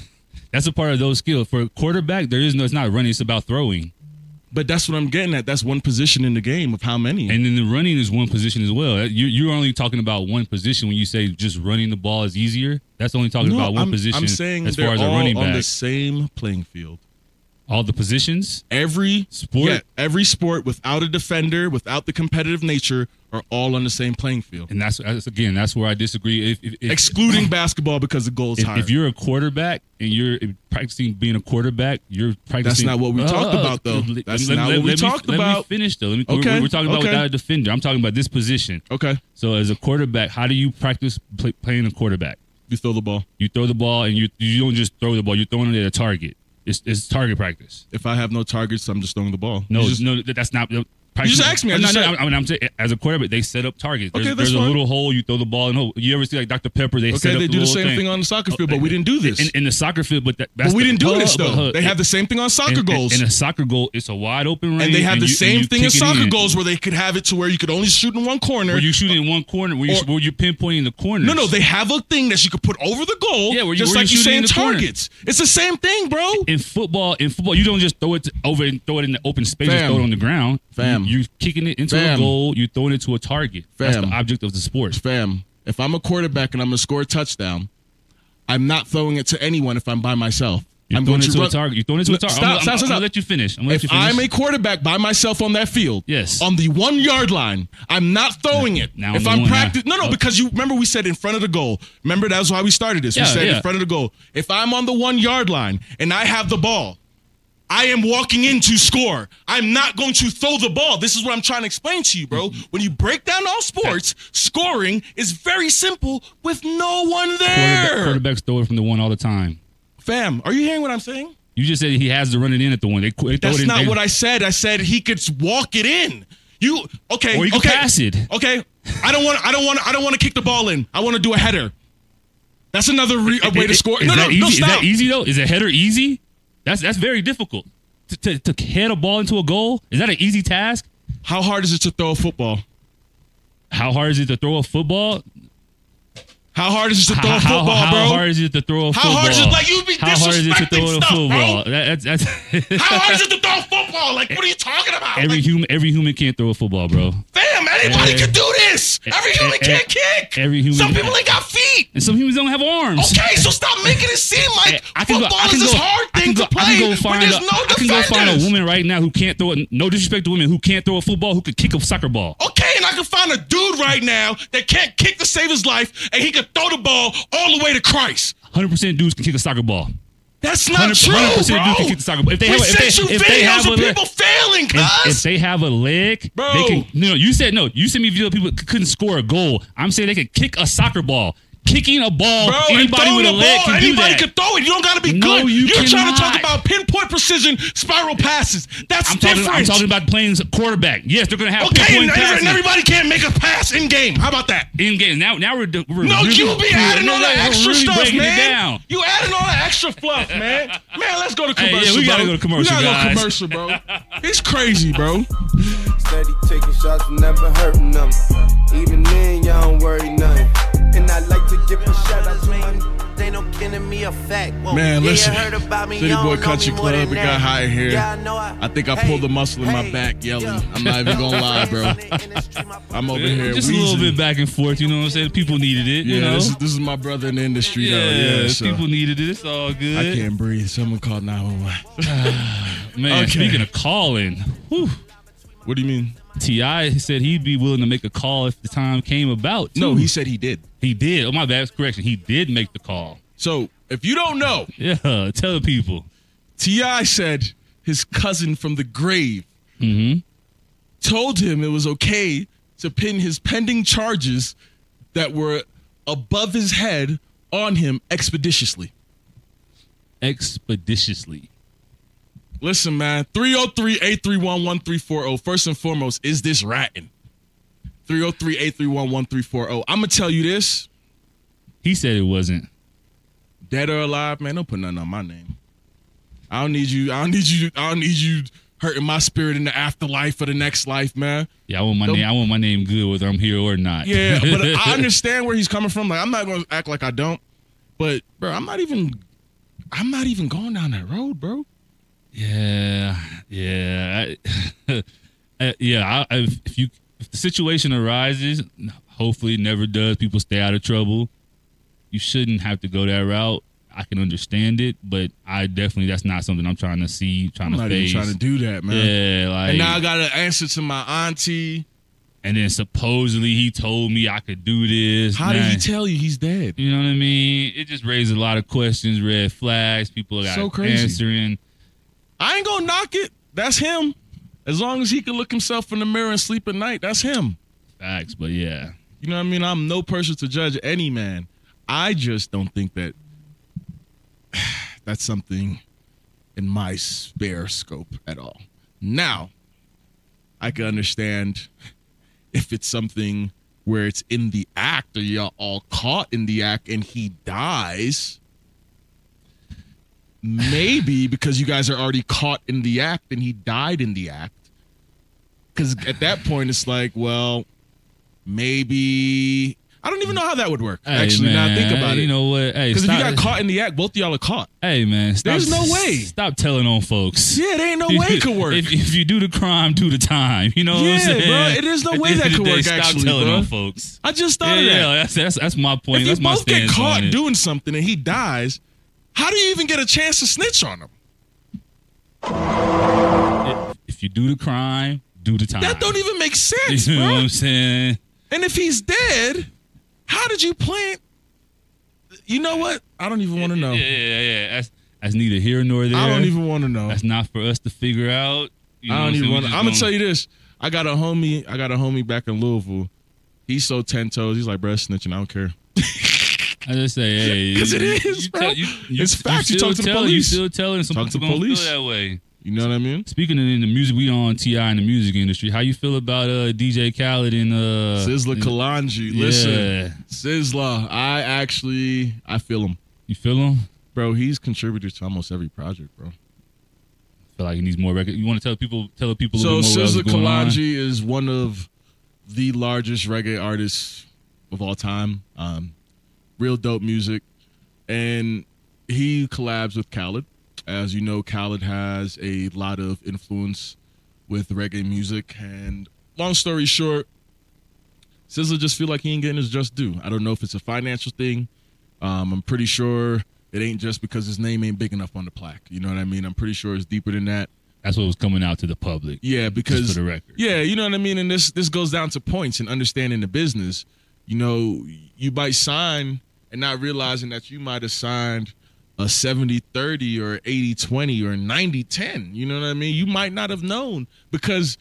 That's a part of those skills. For a quarterback, there is no. It's not running. It's about throwing. But that's what I'm getting at. That's one position in the game of how many. And then the running is one position as well. You, you're only talking about one position when you say just running the ball is easier. That's only talking about one I'm, position I'm saying as they're far as a all running on back. the same playing field. All the positions. every Sport? yeah, every sport without a defender, without the competitive nature, are all on the same playing field, And that's, that's again, that's where I disagree. If, if, if, excluding basketball because the goal is if, higher. if you're a quarterback and you're practicing being a quarterback, you're practicing. Uh, not what we talked about, though. let- That's let- not let- what we let me- talked Let about. me finish though. Let me, Okay, We're, we're talking about okay. without a defender. I'm talking about this position. okay, So as a quarterback, how do you practice play, playing a quarterback? you throw the ball. You throw the ball and you you don't just throw the ball. You're throwing it at a target. It's, it's target practice. If I have no targets, I'm just throwing the ball. No, You just- no, that- that's not. Practice, just asked me, I no, just no, said- I mean, I'm saying, as a quarterback, they set up targets. There's, Okay, that's there's a fine. little hole. You throw the ball in. a hole. You ever see like Dr Pepper? They set okay, up they do the little same thing. on the Oh, soccer field, but we didn't do this. in, in the soccer field. But, that, that's but we the- didn't do but- this but- though. they have the same thing on soccer and, goals. And, And, and a soccer goal, it's a wide open range. they have the you- same you thing as kick it soccer in. goals, where they could have it to where you could only shoot in one corner. Where you shoot in one corner, where, you, Or- where you're pinpointing the corner. no, no, they have a thing that you could put over the goal. Yeah, where you- just where like you you shoot say it in in the corner. targets. It's the same thing, bro. in football, in football, you don't just throw it to- over and throw it in the open space and Fam. throw it on the ground. Fam. You, are kicking it into a Fam. goal. You're throwing it to a target. That's Fam. the object of the sport. fam, if I'm a quarterback and I'm gonna score a touchdown, I'm not throwing it to anyone if I'm by myself. You're I'm throwing going to it to a run- target. You're throwing it to a No, target. stop, I'm, I'm- stop, I'm stop, gonna stop. let you finish. I'm gonna let If you finish. I'm a quarterback by myself on that field, Yes. on the one yard line, I'm not throwing it. if Now on the I'm one, yeah. practicing, no, no, Oh. because you remember we said in front of the goal. Remember that's why we started this. Yeah, we said yeah. in front of the goal. If I'm on the one yard line and I have the ball, I am walking in to score. I'm not going to throw the ball. This is what I'm trying to explain to you, bro. Mm-hmm. When you break down all sports, scoring is very simple with no one there. Quarterback, quarterbacks throw it from the one all the time. Fam, are you hearing what I'm saying? You just said he has to run it in at the one. They, they throw That's it in, not they- what I said. I said he could walk it in. You okay? Or you can okay, pass it. Okay, I don't want. I don't want. I don't want to kick the ball in. I want to do a header. That's another re- a way to Is- score. Is No, that no, easy? no, Is stop. that easy though? Is a header easy? That's that's very difficult. To, to, to head a ball into a goal is that an easy task? How hard is it to throw a football? How hard is it to throw a football? How hard is it to throw how, a football, how, bro? how hard is it to throw a How football? hard is it- like, you be How hard is it to disrespecting throw a stuff, bro. football? That, that's that's How hard is it to throw a football? Like, what are you talking about? every like, human every human can't throw a football, bro. fam, anybody eh, can do this. Every eh, human eh, can't kick. every human- Some people ain't got feet. And some humans don't have arms. Okay, so stop making it seem like football is this hard I thing can go- to play I can go when find there's a- no I can go find a defenders. woman right now who can't throw. A, no disrespect to women who can't throw a football, who could kick a soccer ball. Okay, and I can find a dude right now that can't kick to save his life, and he can throw the ball all the way to Christ. Hundred percent dudes can kick a soccer ball. That's not 100% true, dudes bro. can kick the soccer ball. If they we have a- if sent they- you if videos they have of a le- people failing, If, if cuz. they have a leg, Bro. they can. No, no, you said no. You sent me video people c- couldn't score a goal. I'm saying they could kick a soccer ball. Kicking a ball, Bro, and anybody throwing with a the leg ball, can do anybody that. can throw it. You don't gotta be No, good. you are trying to talk cannot. about pinpoint precision, spiral passes. That's I'm different. talking, I'm talking about playing quarterback. Yes, they're going to have okay, and, every- pinpoint and passes. everybody can't make a pass in game. How about that? in game. Now, now we're, d- we're No, really- you be we're adding all really- that we're extra really stuff, breaking it man. down. You adding all that extra fluff, man. Man, let's go to Hey, yeah, commercial. we gotta bro. go to commercial, We gotta guys. go commercial, bro. It's crazy, bro. Steady taking shots and never hurting them. Even then, y'all don't worry nothing. And I like to give a shout out to my. They no kidding me a fact. Whoa. Man, Yeah, you listen. heard about me, City y'all Boy know Country me more Club, than it got that. high here. Yeah, I know I, I think I hey, pulled a muscle in my hey, back yelling. yeah. I'm not even gonna lie, bro. I'm over here. Just a little wheezing. bit back and forth, you know what I'm saying? People needed it, Yeah, you know? this, is, this is my brother in the industry, yeah, though. Yeah, so people needed it. It's all good. I can't breathe. Someone called 911. Man, Okay. speaking of calling, whew, What do you mean? T.I. said he'd be willing to make a call if the time came about. too. No, he said he did. He did. Oh, my bad. Correction. He did make the call. So if you don't know, Yeah, tell the people. Ti said his cousin from the grave told him it was okay to pin his pending charges that were above his head on him expeditiously. Expeditiously. Listen, man, 303-831-1340. oh. First and foremost, is this ratting? 303-831-1340. I'm gonna oh. tell you this, He said it wasn't. dead or alive, man, don't put nothing on my name. I don't need you. I don't need you. I don't need you hurting my spirit in the afterlife or the next life, man. Yeah, I want my Don't- name. I want my name good whether I'm here or not. Yeah, but I understand where he's coming from. Like, I'm not going to act like I don't. But, bro, I'm not even. I'm not even going down that road, bro. Yeah, yeah, I, uh, yeah. I, I, if you if the situation arises, hopefully it never does. People stay out of trouble. You shouldn't have to go that route. I can understand it, but I definitely that's not something I'm trying to see, trying I'm to not face. even trying to do that, man. yeah, like And now I got to answer to my auntie. and then supposedly he told me I could do this. How did Nah. he tell you he's dead? You know what I mean? It just raised a lot of questions, red flags. People got So crazy. answering. I ain't gonna knock it. That's him. As long as he can look himself in the mirror and sleep at night, that's him. Facts, but yeah. You know what I mean? I'm no person to judge any man. I just don't think that that's something in my spare scope at all. Now, I can understand if it's something where it's in the act or y'all all caught in the act and he dies. Maybe because you guys are already caught in the act and he died in the act. Because at that point, it's like, well, maybe. I don't even know how that would work. Hey, actually, now I think man, about it. You know what? Hey, Because if you stop- got caught in the act, both of y'all are caught. Hey man, stop, There's no way. Stop telling on folks. Yeah, there ain't no way it could work. If, if you do the crime, do the time. You know what Yeah, I'm saying? bro, it is no At the way end that of the could day, work, Stop actually, telling bro. on folks. I just Yeah, thought of that. yeah, that's, that's that's my If point. you that's my both get stance caught on it. doing something and he dies, How do you even get a chance to snitch on them? If, if you do the crime, do the time. That don't even make sense, You know what bro. I'm saying? And if he's dead, how did you plant? You know what? I don't even want to know. Yeah, yeah, yeah. That's, that's neither here nor there. I don't even want to know. That's not for us to figure out. You know I what don't even saying? We want. to. just I'm gonna tell you this. I got a homie. I got a homie back in Louisville. He's so ten toes. He's like, bro, that's snitching. I don't care. I just say, hey, 'Cause you- it is, you bro. tell- you- you- It's facts. You still talk to the tell- You police. still telling some Talk to people the gonna police. feel that way. You know what I mean? Speaking of in the music, we on Ti in the music industry. How you feel about uh, DJ Khaled and uh, Sizzler and- Kalanji. Yeah. Listen, Sizzler. I actually, I feel him, You feel him? bro. He's contributed to almost every project, bro. Feel like he needs more record. You want to tell people, tell people a So little more. Sizzler what's going on? Kalanji is one of the largest reggae artists of all time. Um, real dope music, and he collabs with Khaled. As you know, Khaled has a lot of influence with reggae music. And long story short, Sizzler just feel like he ain't getting his just due. I don't know if it's a financial thing. Um, I'm pretty sure it ain't just because his name ain't big enough on the plaque. You know what I mean? I'm pretty sure it's deeper than that. That's what was coming out to the public. Yeah, because for the record. Yeah, you know what I mean. And this this goes down to points and understanding the business. You know, you might sign and not realizing that you might have signed a 70-30 or 80-20 or 90-10. You know what I mean? You might not have known because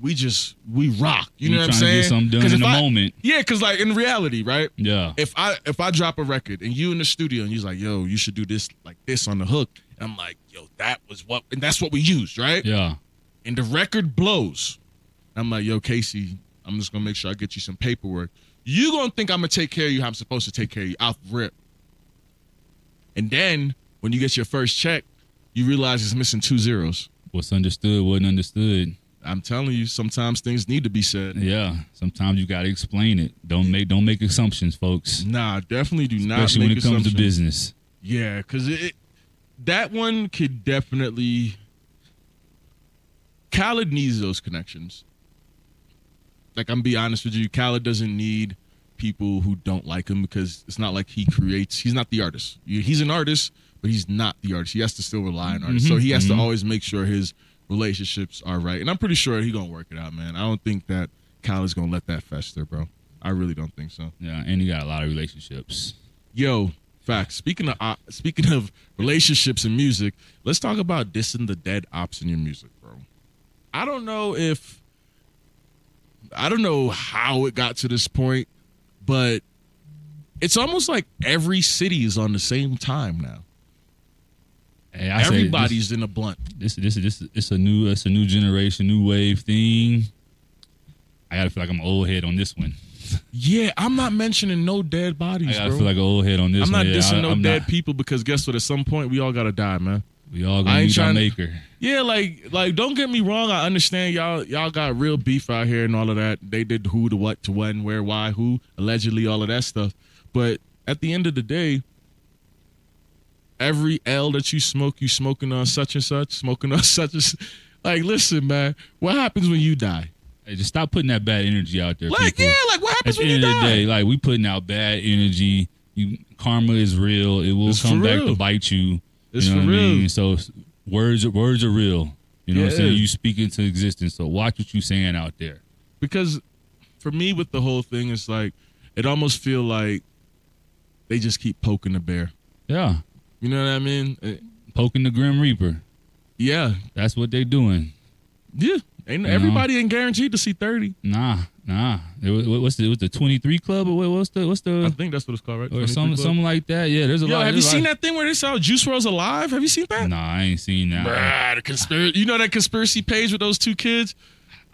we just we rock. You We know what I'm trying to saying? get something done 'Cause if in the I- moment. Yeah, because like in reality, right? Yeah. if I if I drop a record and you in the studio and you's like, yo, you should do this like this on the hook, and I'm like, yo, that was what and that's what we used, right? Yeah. And the record blows. I'm like, yo, Casey, I'm just gonna make sure I get you some paperwork. You gonna think I'm gonna take care of you how I'm supposed to take care of you off rip. And then when you get your first check, you realize it's missing two zeros. What's understood wasn't understood. I'm telling you, sometimes things need to be said. Yeah. Sometimes you gotta explain it. Don't make don't make assumptions, folks. Nah, definitely do not. Especially when make it comes to assumptions. business. Yeah, because it, it- that one could definitely. Khaled needs those connections. Like I'm be honest with you, Khaled doesn't need people who don't like him because it's not like he creates. He's not the artist. You- He's an artist, but he's not the artist. He has to still rely on artists, so he has to always make sure his relationships are right. And I'm pretty sure he gonna work it out, man. I don't think that Khaled's gonna let that fester, bro. I really don't think so. Yeah. And you got a lot of relationships. Yo, facts. Speaking of uh, speaking of relationships and music, let's talk about dissing the dead ops in your music, bro. I don't know if I don't know how it got to this point, but it's almost like every city is on the same time now. Hey, I say this- Everybody's in a blunt. this this this it's a new it's a new generation, new wave thing. I gotta feel like I'm an old head on this one. Yeah, I'm not mentioning no dead I bodies, gotta bro. feel like an old head on this I'm one. not Yeah, dissing I, no I'm dead not- people because guess what? At some point, we all gotta die, man. We all I gonna ain't meet our tryna- maker. Yeah, like like don't get me wrong, I understand y'all y'all got real beef out here and all of that. They did who to what to when, where, why, who, allegedly all of that stuff. But at the end of the day, every L that you smoke, you smoking on such and such, smoking on such and s- like listen, man, what happens when you die? Hey, just stop putting that bad energy out there. Like, people. yeah, like what At happens the when you end of the die? day, like we putting out bad energy. You, karma is real. It will It's come for back real. to bite you. It's you know for what I real. mean? So s- words are- words are real. You know what I'm Yeah. saying? You speak into existence. So watch what you saying out there. because for me with the whole thing it's like it almost feel like they just keep poking the bear. Yeah. You know what I mean? Eh, Poking the Grim Reaper. Yeah. That's what they doing. Yeah. Ain't know? everybody ain't guaranteed to see 30. Nah, nah. It was, what- what's the what's the twenty three club or what- what's the what's I the think that's what it's called, right? or some something like that? Yeah, there's a Yo, lot. have you there's a seen that lot- thing where they saw Juice WRLD's alive? Have you seen that? Nah, I ain't seen that. Bruh, the conspiracy. You know that conspiracy page with those two kids?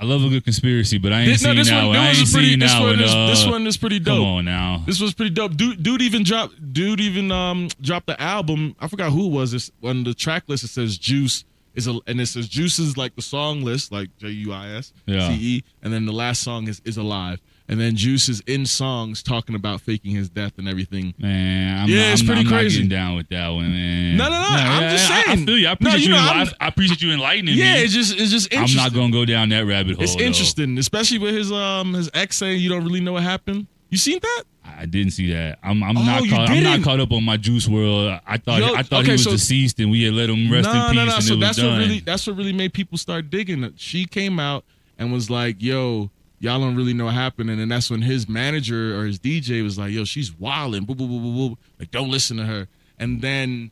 I love a good conspiracy, but I ain't This- seen this that one. one, I this ain't was a pretty. seen This that one, one. is, this uh, one is pretty Come dope. on now. This was pretty dope. Dude, dude even dropped. Dude even um dropped the album. I forgot who it was. It's on the track list. It says Juice is a, and it says Juice is like the song list, like J U I S Yeah. C E, and then the last song is is alive, and then Juice is in songs talking about faking his death and everything. Man, I'm Yeah, not, it's I'm pretty not, I'm crazy. not getting down with that one, man. No, no, no, I'm just I- I, saying. feel you. I No, appreciate you you. know, enli- I'm- I appreciate you enlightening Yeah, me. it's just it's just I'm interesting. not gonna go down that rabbit hole. It's though. interesting, especially with his um his ex saying you don't really know what happened. You seen that? I didn't see that. I'm I'm Oh, not you caught, I'm not didn't? caught up on my Juice World. I thought Yo, I thought okay, he was so- deceased and we had let him rest in peace and So it was that's done. what really that's what really made people start digging. She came out and was like, "Yo, y'all don't really know what happened." And then that's when his manager or his DJ was like, "Yo, she's wilding, boo boo boo boo boo. Like, don't listen to her." And then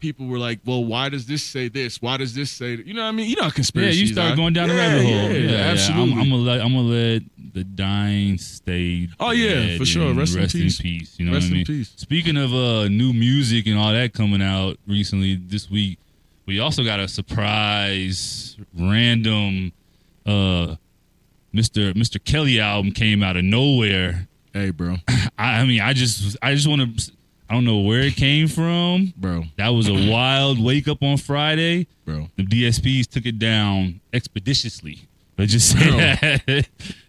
people were like, "Well, why does this say this? Why does this say?" That? You know what I mean? You know how yeah, conspiracy. you start going down the rabbit hole. Yeah, yeah, absolutely. I'm, I'm gonna let I'm gonna let the dying stay. Oh, yeah, dead for sure. and Rest in peace. You know Rest what I in mean? peace. Speaking of uh, new music and all that coming out recently this week, we also got a surprise random uh, Mr. Mr. Kelly album came out of nowhere. hey, bro, I, I mean, I just I just want to I don't know where it came from. bro, That was a wild wake up on Friday bro. the DSPs took it down expeditiously. But just say Bro. that,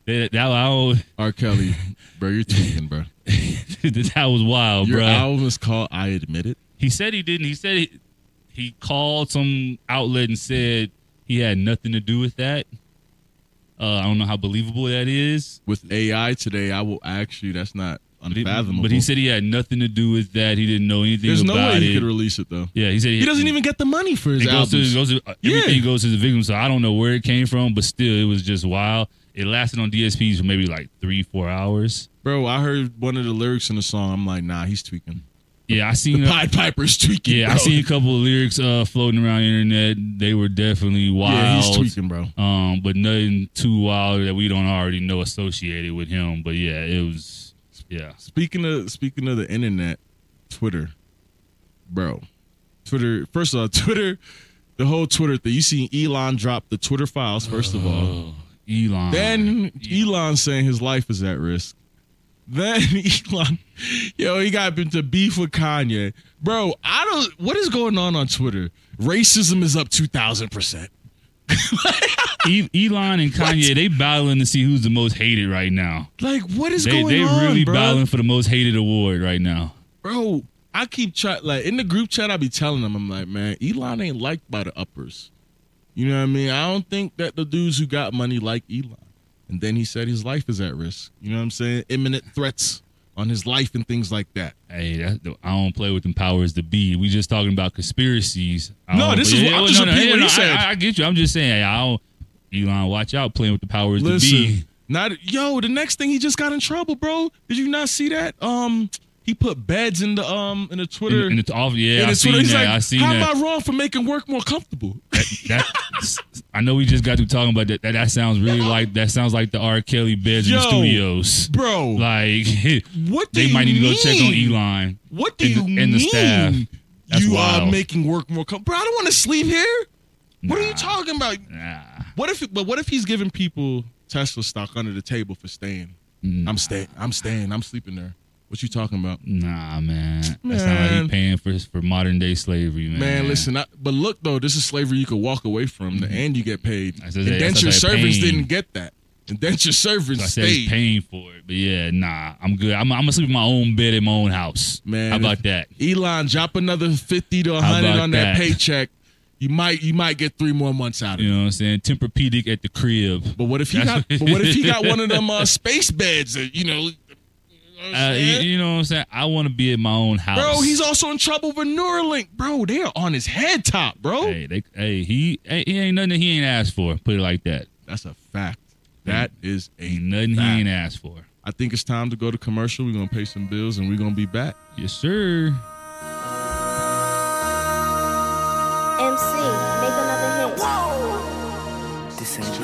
that, that, wa- R. Kelly, bro, you're tweaking, bro. that was wild, Your Oh, bro. album is called "I Admit It." He said he didn't. He said he, he called some outlet and said he had nothing to do with that. Uh, I don't know how believable that is. With AI today, I will actually. That's not But he, unfathomable. but he said he had nothing to do with that. He didn't know anything There's no about way it. he could release it though. yeah, he said He doesn't even get the money for his it goes to, albums. it goes to uh, Yeah. everything goes to the victim. So I don't know where it came from, but still, it was just wild. It lasted on DSPs for maybe like three, four hours. Bro, I heard one of the lyrics in the song. I'm like, nah, he's tweaking. Yeah, I The seen. Pied Piper's tweaking. yeah, I bro. seen a couple of lyrics uh, floating around the internet. They were definitely wild. Yeah, he's tweaking, bro. Um, but nothing too wild that we don't already know associated with him. But yeah, it was. Yeah, Speaking of speaking of the internet, Twitter, bro, Twitter. First of all, Twitter, the whole Twitter thing. You seen Elon drop the Twitter files. First of Oh. all, Elon. Then Elon saying his life is at risk. Then Elon, yo, he got into beef with Kanye. Bro, I don't. What is going on on Twitter? Racism is up two thousand percent. E- Elon and Kanye, What? they battling to see who's the most hated right now. Like, what is They going they on, really bro? battling for the most hated award right now. Bro, I keep trying. Like in the group chat, I be telling them, I'm like, man, Elon ain't liked by the uppers. You know what I mean? I don't think that the dudes who got money like Elon. And then he said his life is at risk. You know what I'm saying? Imminent threats on his life and things like that. Hey, that, I don't play with them powers to be. We just talking about conspiracies. I No, don't- this is what- I'm just repeating what he I- said. I, I get you. I'm just saying. I don't, Elon, watch out playing with the powers to be. Listen, not yo. The next thing he just got in trouble, bro. Did you not see that? Um, he put beds in the um in the In, Twitter. in the off, yeah, in I the seen Twitter. He's that. like, I seen how that. am I wrong for making work more comfortable? that. I know we just got through talking about that. That, that sounds really like that sounds like the R. Kelly beds in the Yo, studios. bro. like What do they you might need to go check on mean? Elon. What do And you the- mean? and the staff. That's you are wild. making work more comfortable. Bro, I don't want to sleep here. What are you Nah. talking about? Nah, What if? But what if he's giving people Tesla stock under the table for staying? Mm. I'm staying. I'm staying. I'm sleeping there. What you talking about? nah, man. That sounds like Man. he paying for for modern day slavery, man. Man, listen. I, but look though, this is slavery you could walk away from, and you get paid. That's what Mm-hmm. I said, Indentured that's what I said, servants pain. didn't get that. Indentured servants I said it's stayed. paying for it, but yeah, nah, I'm good. I'm, I'm gonna sleep in my own bed in my own house. Man, how about if- that? Elon, drop another fifty to How hundred about on that, that? paycheck. You might, you might get three more months out of You it. know what I'm saying? Tempur-Pedic at the crib. But what if he That's- got? but what if he got one of them uh, space beds? That, you know, you know what I'm Uh, you, saying? you know what I'm saying? I want to be in my own house, bro, he's also in trouble with Neuralink, bro. They're on his head top, bro. Hey, they, hey, he, hey, he ain't nothing that he ain't asked for. Put it like that. That's a fact. That is a Ain't nothing fact. he ain't asked for. I think it's time to go to commercial. We're gonna pay some bills, and we're gonna be back. Yes, sir. MC, make another hit. This ain't what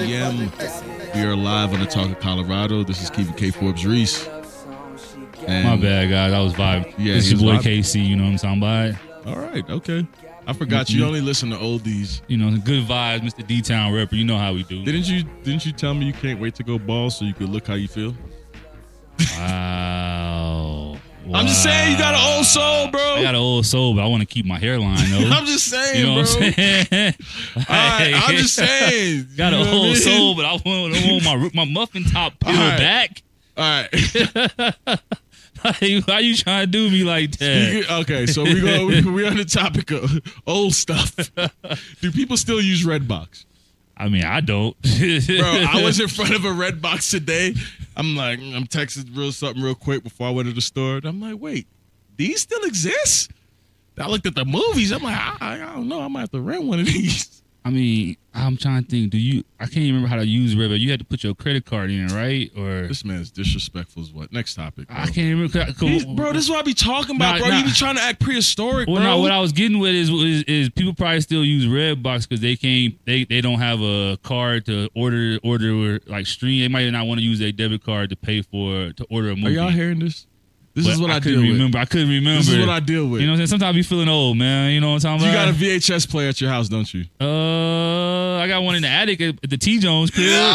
you 7 p.m. We are live on the Talk of Colorado. This is Keith K. Forbes Reese. And- My bad, guys. I was vibing. Yeah, this he is was your boy vibing. KC. You know what I'm talking about? All right, okay. I forgot Mm-hmm. you only listen to oldies. You know, good vibes, Mr. D Town rapper. You know how we do. Didn't you? Didn't you tell me you can't wait to go ball so you could look how you feel? Wow. I'm just saying you got an old soul, bro. I got an old soul, but I want to keep my hairline though. I'm just saying, you bro. know what I'm saying? All right, I'm just saying. Got You an know what I old mean? soul, but I want, I want my my muffin top peeled All right. back. All right. Like, why you trying to do me like that? okay, so we go. We, we're on the topic of old stuff. Do people still use Redbox? I mean, I don't. Bro, I was in front of a red box today. I'm like, mm, I'm texting real something real quick before I went to the store. And I'm like, wait, these still exist? I looked at the movies. I'm like, I, I don't know. I might have to rent one of these. I mean, I'm trying to think. Do you? I can't even remember how to use Rev. You had to put your credit card in, right? Or This man's disrespectful as what? Next topic. Bro. I can't even remember. 'cause- These- bro, this is what I be talking about, Nah, bro. You nah. be trying to act prehistoric, Well, bro. no. What I was getting with is, is is people probably still use Redbox because they can't they they don't have a card to order order like stream. They might not want to use a debit card to pay for to order a movie. Are y'all hearing this? This is But what I, deal couldn't with. remember. I couldn't remember. This is what I deal with. You know what I'm saying? Sometimes I be feeling old, man. You know what I'm you talking got a about? VHS player at your house, don't you? uh, I got one in the attic at at the T Jones crib. You know what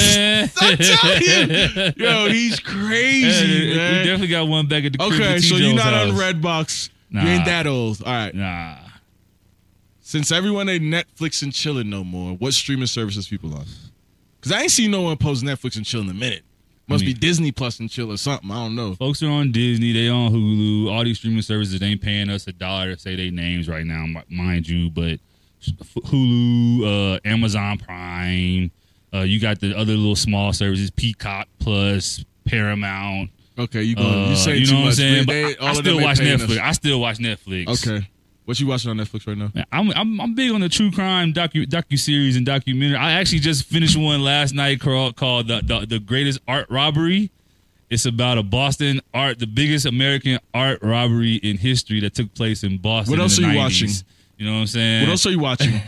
saying? I'm telling you, yo, he's crazy, Yeah, man. We definitely got one back at the crib. Okay, at so T. you're Jones not house. on Redbox. Nah. You ain't that old. All right. Nah. Since everyone ain't Netflix and chilling no more, what streaming services people on? Because I ain't seen no one post Netflix and chill in a minute. Must mean- be Disney Plus and chill or something. I don't know. Folks are on Disney. They on Hulu. All these streaming services they ain't paying us a dollar to say their names right now, mi- mind you. But F- Hulu, uh, Amazon Prime. Uh, you got the other little small services, Peacock Plus, Paramount. Okay, you going? you Uh, you saying know too what I'm much. saying? But They- I, all I of them still ain't watch paying us. Netflix. I still watch Netflix. Okay, what you watching on Netflix right now? Man, I'm, I'm I'm big on the true crime docu docu series and documentary. I actually just finished one last night called, called the, the the greatest art robbery. It's about a Boston art, the biggest American art robbery in history that took place in Boston. What in else the are you 90s. watching? You know what I'm saying? What else are you watching?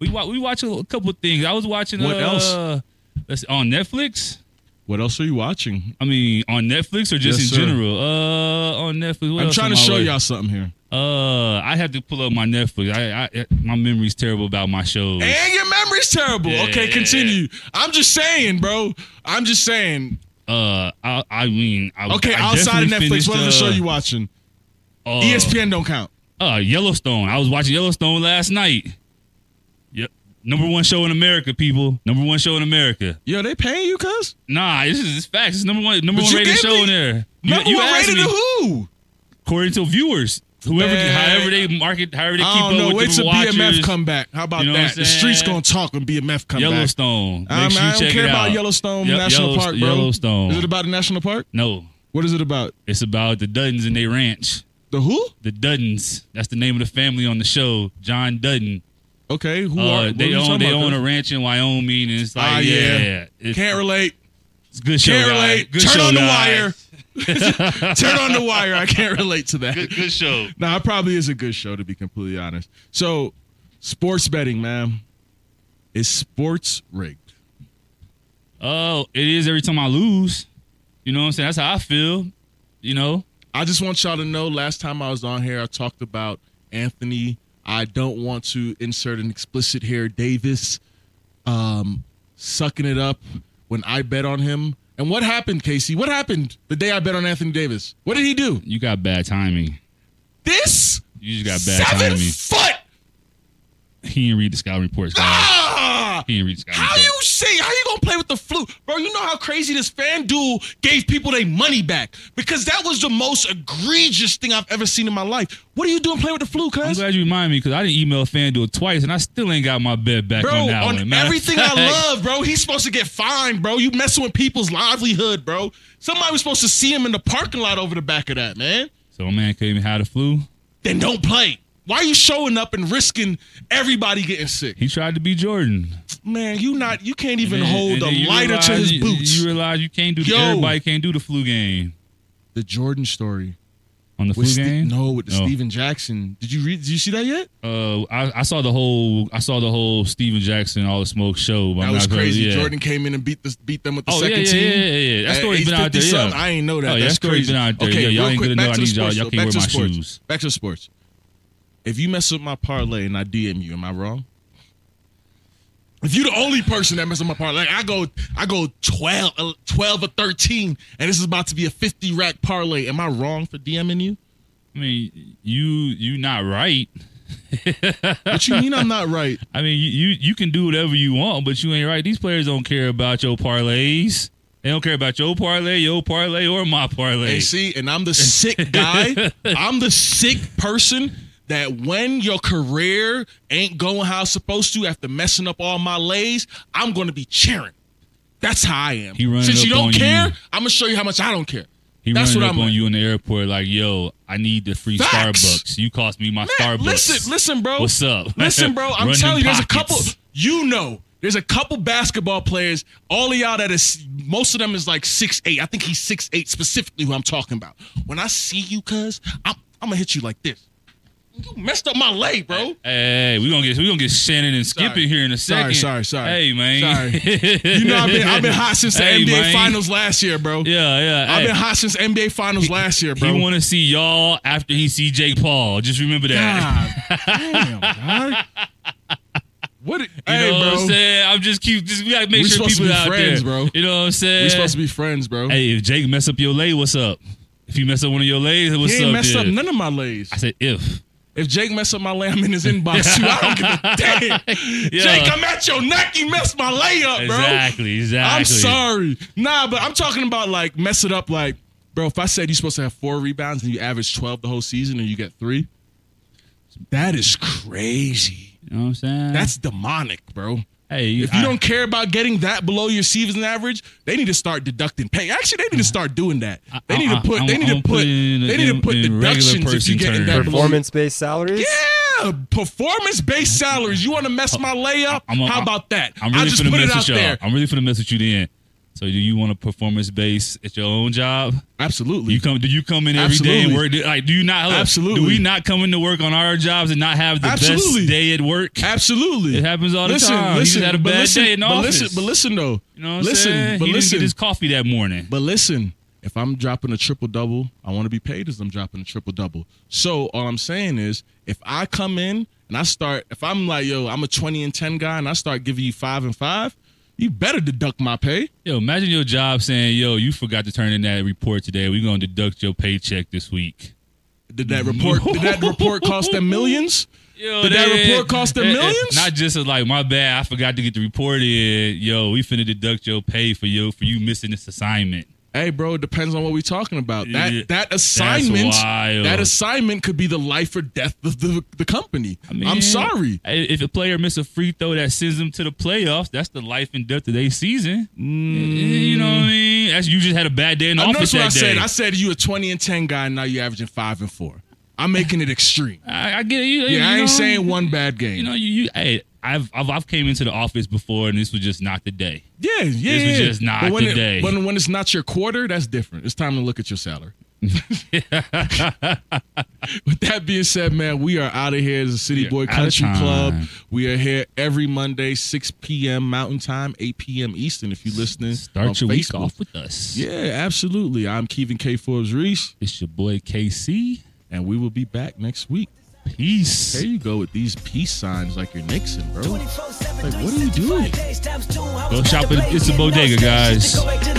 We watch we watch a little- couple things. I was watching What uh, else? Let's see, on Netflix. what else are you watching? I mean, on Netflix or just Yes, in sir. general? Uh, on Netflix. What I'm else trying to am I show watching? y'all something here. Uh, I have to pull up my Netflix. I, I my memory's terrible about my shows. And your memory's terrible. Yeah, okay, yeah, continue. I'm just saying, bro. I'm just saying. Uh, I, I mean, I, Okay, I outside of Netflix, definitely finished, what other uh, show you E watching? Oh. Uh, ESPN don't count. Uh, Yellowstone. I was watching Yellowstone last night. Yep, number one show in America, people. Number one show in America. Yo, they paying you, cuz? Nah, this is it's facts. It's number one, number But one you rated gave show me- in there. You- Number you one asked rated me, to who? according to viewers. Whoever, Man. however they market, however they keep I don't know. up with Wait the till watchers. BMF come back. How about You know what that? I'm The streets saying? gonna talk when BMF come back. Yellowstone. Make I'm- sure you I don't check care it out. about Yellowstone Yep, National Yellow- Park, bro. Yellowstone. Is it about a national park? no, What is it about? it's about the Duttons and their ranch. The who? The Duttons. That's the name of the family on the show. John Dutton. Okay, who are Uh, what are they you own talking they about, own cuz? a ranch in Wyoming, and it's like Ah, yeah, yeah. It's, Can't relate. it's a good show. Can't guys. relate. Good Turn show, on the guys. wire. Turn on the wire. I can't relate to that. Good, good show. Nah, it probably is a good show to be completely honest. So, sports betting, man, is sports rigged? Oh, it is every time I lose. You know what I'm saying? That's how I feel. You know, I just want y'all to know. Last time I was on here, I talked about Anthony. I don't want to insert an explicit here. Davis, um, sucking it up when I bet on him. And what happened, Casey? What happened the day I bet on Anthony Davis? What did he do? you got bad timing. This You just got bad seven timing. foot. He didn't read the scouting reports, guys. Ah! He didn't read the scouting How reports. you say? How you gonna play with the flu, bro? You know how crazy this FanDuel gave people their money back because that was the most egregious thing I've ever seen in my life. What are you doing playing with the flu, I'm cuz? glad you remind me because I didn't email FanDuel twice and I still ain't got my bet back Bro, on on, that one. Matter of everything I fact- love, bro, he's supposed to get fined, bro. You messing with people's livelihood, bro. Somebody was supposed to see him in the parking lot over the back of that, man. So my man couldn't even have the flu. Then don't play. Why are you showing up and risking everybody getting sick? He tried to be Jordan. Man, you not you can't even And- hold and then a you lighter to realize- his you- boots. You realize you can't do the, Yo. everybody can't do the flu game the Jordan story. on the flu With Ste- game. no, with the Oh. Steven Jackson. Did you read? Did you see that yet? Uh, I, I saw the whole I saw the whole Steven Jackson all the smoke show. but That I'm was Oh, not sure- crazy. yeah. Jordan came in and beat the, beat them with the Oh yeah, second yeah, team. yeah, yeah, yeah. That At story been out 850 there. Yeah. something. I ain't know that. Oh, yeah, That's that story crazy. been out there. Okay, Yeah, y'all real ain't quick, gonna back know I to the need y'all. sports, Y'all though. can't back wear to my the sports. shoes. Back to the sports. If you mess up my parlay and I DM you, am I wrong? If you're the only person that messed up my parlay, like I go, I go 12, uh, 12 or thirteen, and this is about to be a fifty rack parlay. Am I wrong for DMing you? I mean, you you not right. What you mean I'm not right? I mean, you, you you can do whatever you want, but you ain't right. These players don't care about your parlays. They don't care about your parlay, your parlay, or my parlay. And see, and I'm the sick guy. I'm the sick person that when your career ain't going how it's supposed to after messing up all my lays, I'm going to be cheering. That's how I am. He running Since you up don't on care, you. I'm going to show you how much I don't care. He That's running what up I'm on like. you in the airport like, yo, I need the free Facts. Starbucks. You cost me my Man, Starbucks. Listen, listen, bro. What's up? Listen, bro. I'm Run them telling you, there's a couple. pockets. You know, there's a couple basketball players. All of y'all that is, most of them is like six eight. I think he's six eight specifically. Who I'm talking about. When I see you, cuz I'm, I'm gonna hit you like this. You messed up my leg, bro. Hey, hey, we gonna get we gonna get Shannon and Sorry. Skip in here in a Sorry, sorry, second. sorry. Hey, man. Sorry. You know I've been I've been hot since the Hey, NBA man. finals last year, bro. Yeah, yeah. I've hey. been hot since NBA finals last year, bro. He want to see y'all after he see Jake Paul. Just remember that. God damn, dog. What? it- You hey, know bro. what I'm saying? I'm just keep just we gotta make We sure supposed to people be out friends, there, bro. You know what I'm saying? We supposed to be friends, bro. hey, if Jake mess up your lay, what's up? If you mess up one of your lays, what's he ain't up? messed up dude? none of my lays. I said if. If Jake mess up my lay, I'm in his inbox too. I don't give a damn. Yeah. Jake, I'm at your neck. You messed my lay up, bro. Exactly, exactly. I'm sorry. Nah, but I'm talking about like mess it up. Like, bro, if I said you're supposed to have four rebounds and you average 12 the whole season and you get three, that is crazy. You know what I'm saying? That's demonic, bro. hey. If you I- don't care about getting that below your season average, they need to start deducting pay. Actually, they need to start doing that. They need to I- uh-uh. put. I'm- They need I'm to put. putting They need to in- put in regular deductions if person you getting that terms. below your- Performance based salaries? yeah, performance based salaries. You want to mess my layup? I'm a- How I'm- about that? I'm really I just finna put it mess out with y'all. there. I'm really finna mess with you then. So do you want a performance base at your own job? Absolutely. You come? Do you come in every day and Absolutely. work? Do, like, do you not? hold up. Absolutely. Do we not come into work on our jobs and not have the Absolutely. best day at work? Absolutely. It happens all the listen, time. He just Listen, had a but bad listen, day in the but office. listen, but listen though. You know what I'm listen, saying? but he listen, didn't get his coffee that morning. but listen. If I'm dropping a triple double, I want to be paid as I'm dropping a triple double. So all I'm saying is, if I come in and I start, if I'm like, yo, I'm a 20 and 10 guy, and I start giving you five and five, you better deduct my pay. Yo, imagine your job saying, "Yo, you forgot to turn in that report today. We're gonna deduct your paycheck this week." Did that report? did that report cost them millions? Yo, Did that report cost them it- it- millions? Not just as like my bad, I forgot to get the report in. Yo, we finna deduct your pay for yo for you missing this assignment. Hey, bro, it depends on what we talking about. That Yeah. that assignment, wild. that assignment could be the life or death of the, the company. I I mean, am sorry. i- If a player misses a free throw that sends them to the playoffs, that's the life and death of their season. Eh, You know what I mean? That's you just had a bad day in the Mm. I office noticed what that I said. day. I said you a 20 and 10 guy, and now you're averaging five and four. I'm making it extreme. I, I get it. You, you Yeah, I know, ain't saying one bad game. You know, you, you hey, I've, I've I've came into the office before, and this was just not the day. yeah, yeah, This was yeah. just not but when the it- day. when, when it's not your quarter, that's different. It's time to look at your salary. With that being said, man, we are out of here as a City are Boy outta Country time. Club. We are here every Monday, 6 p.m. Mountain Time, 8 p.m. Eastern. If you're listening, on Start your week Facebook. off with us. Yeah, absolutely. I'm Kevin K. Forbes Reese, It's your boy KC. and we will be back next week. Peace. There you go with these peace signs like you're Nixon, bro. Like, what are you doing? Go shop at It's a Bodega, guys.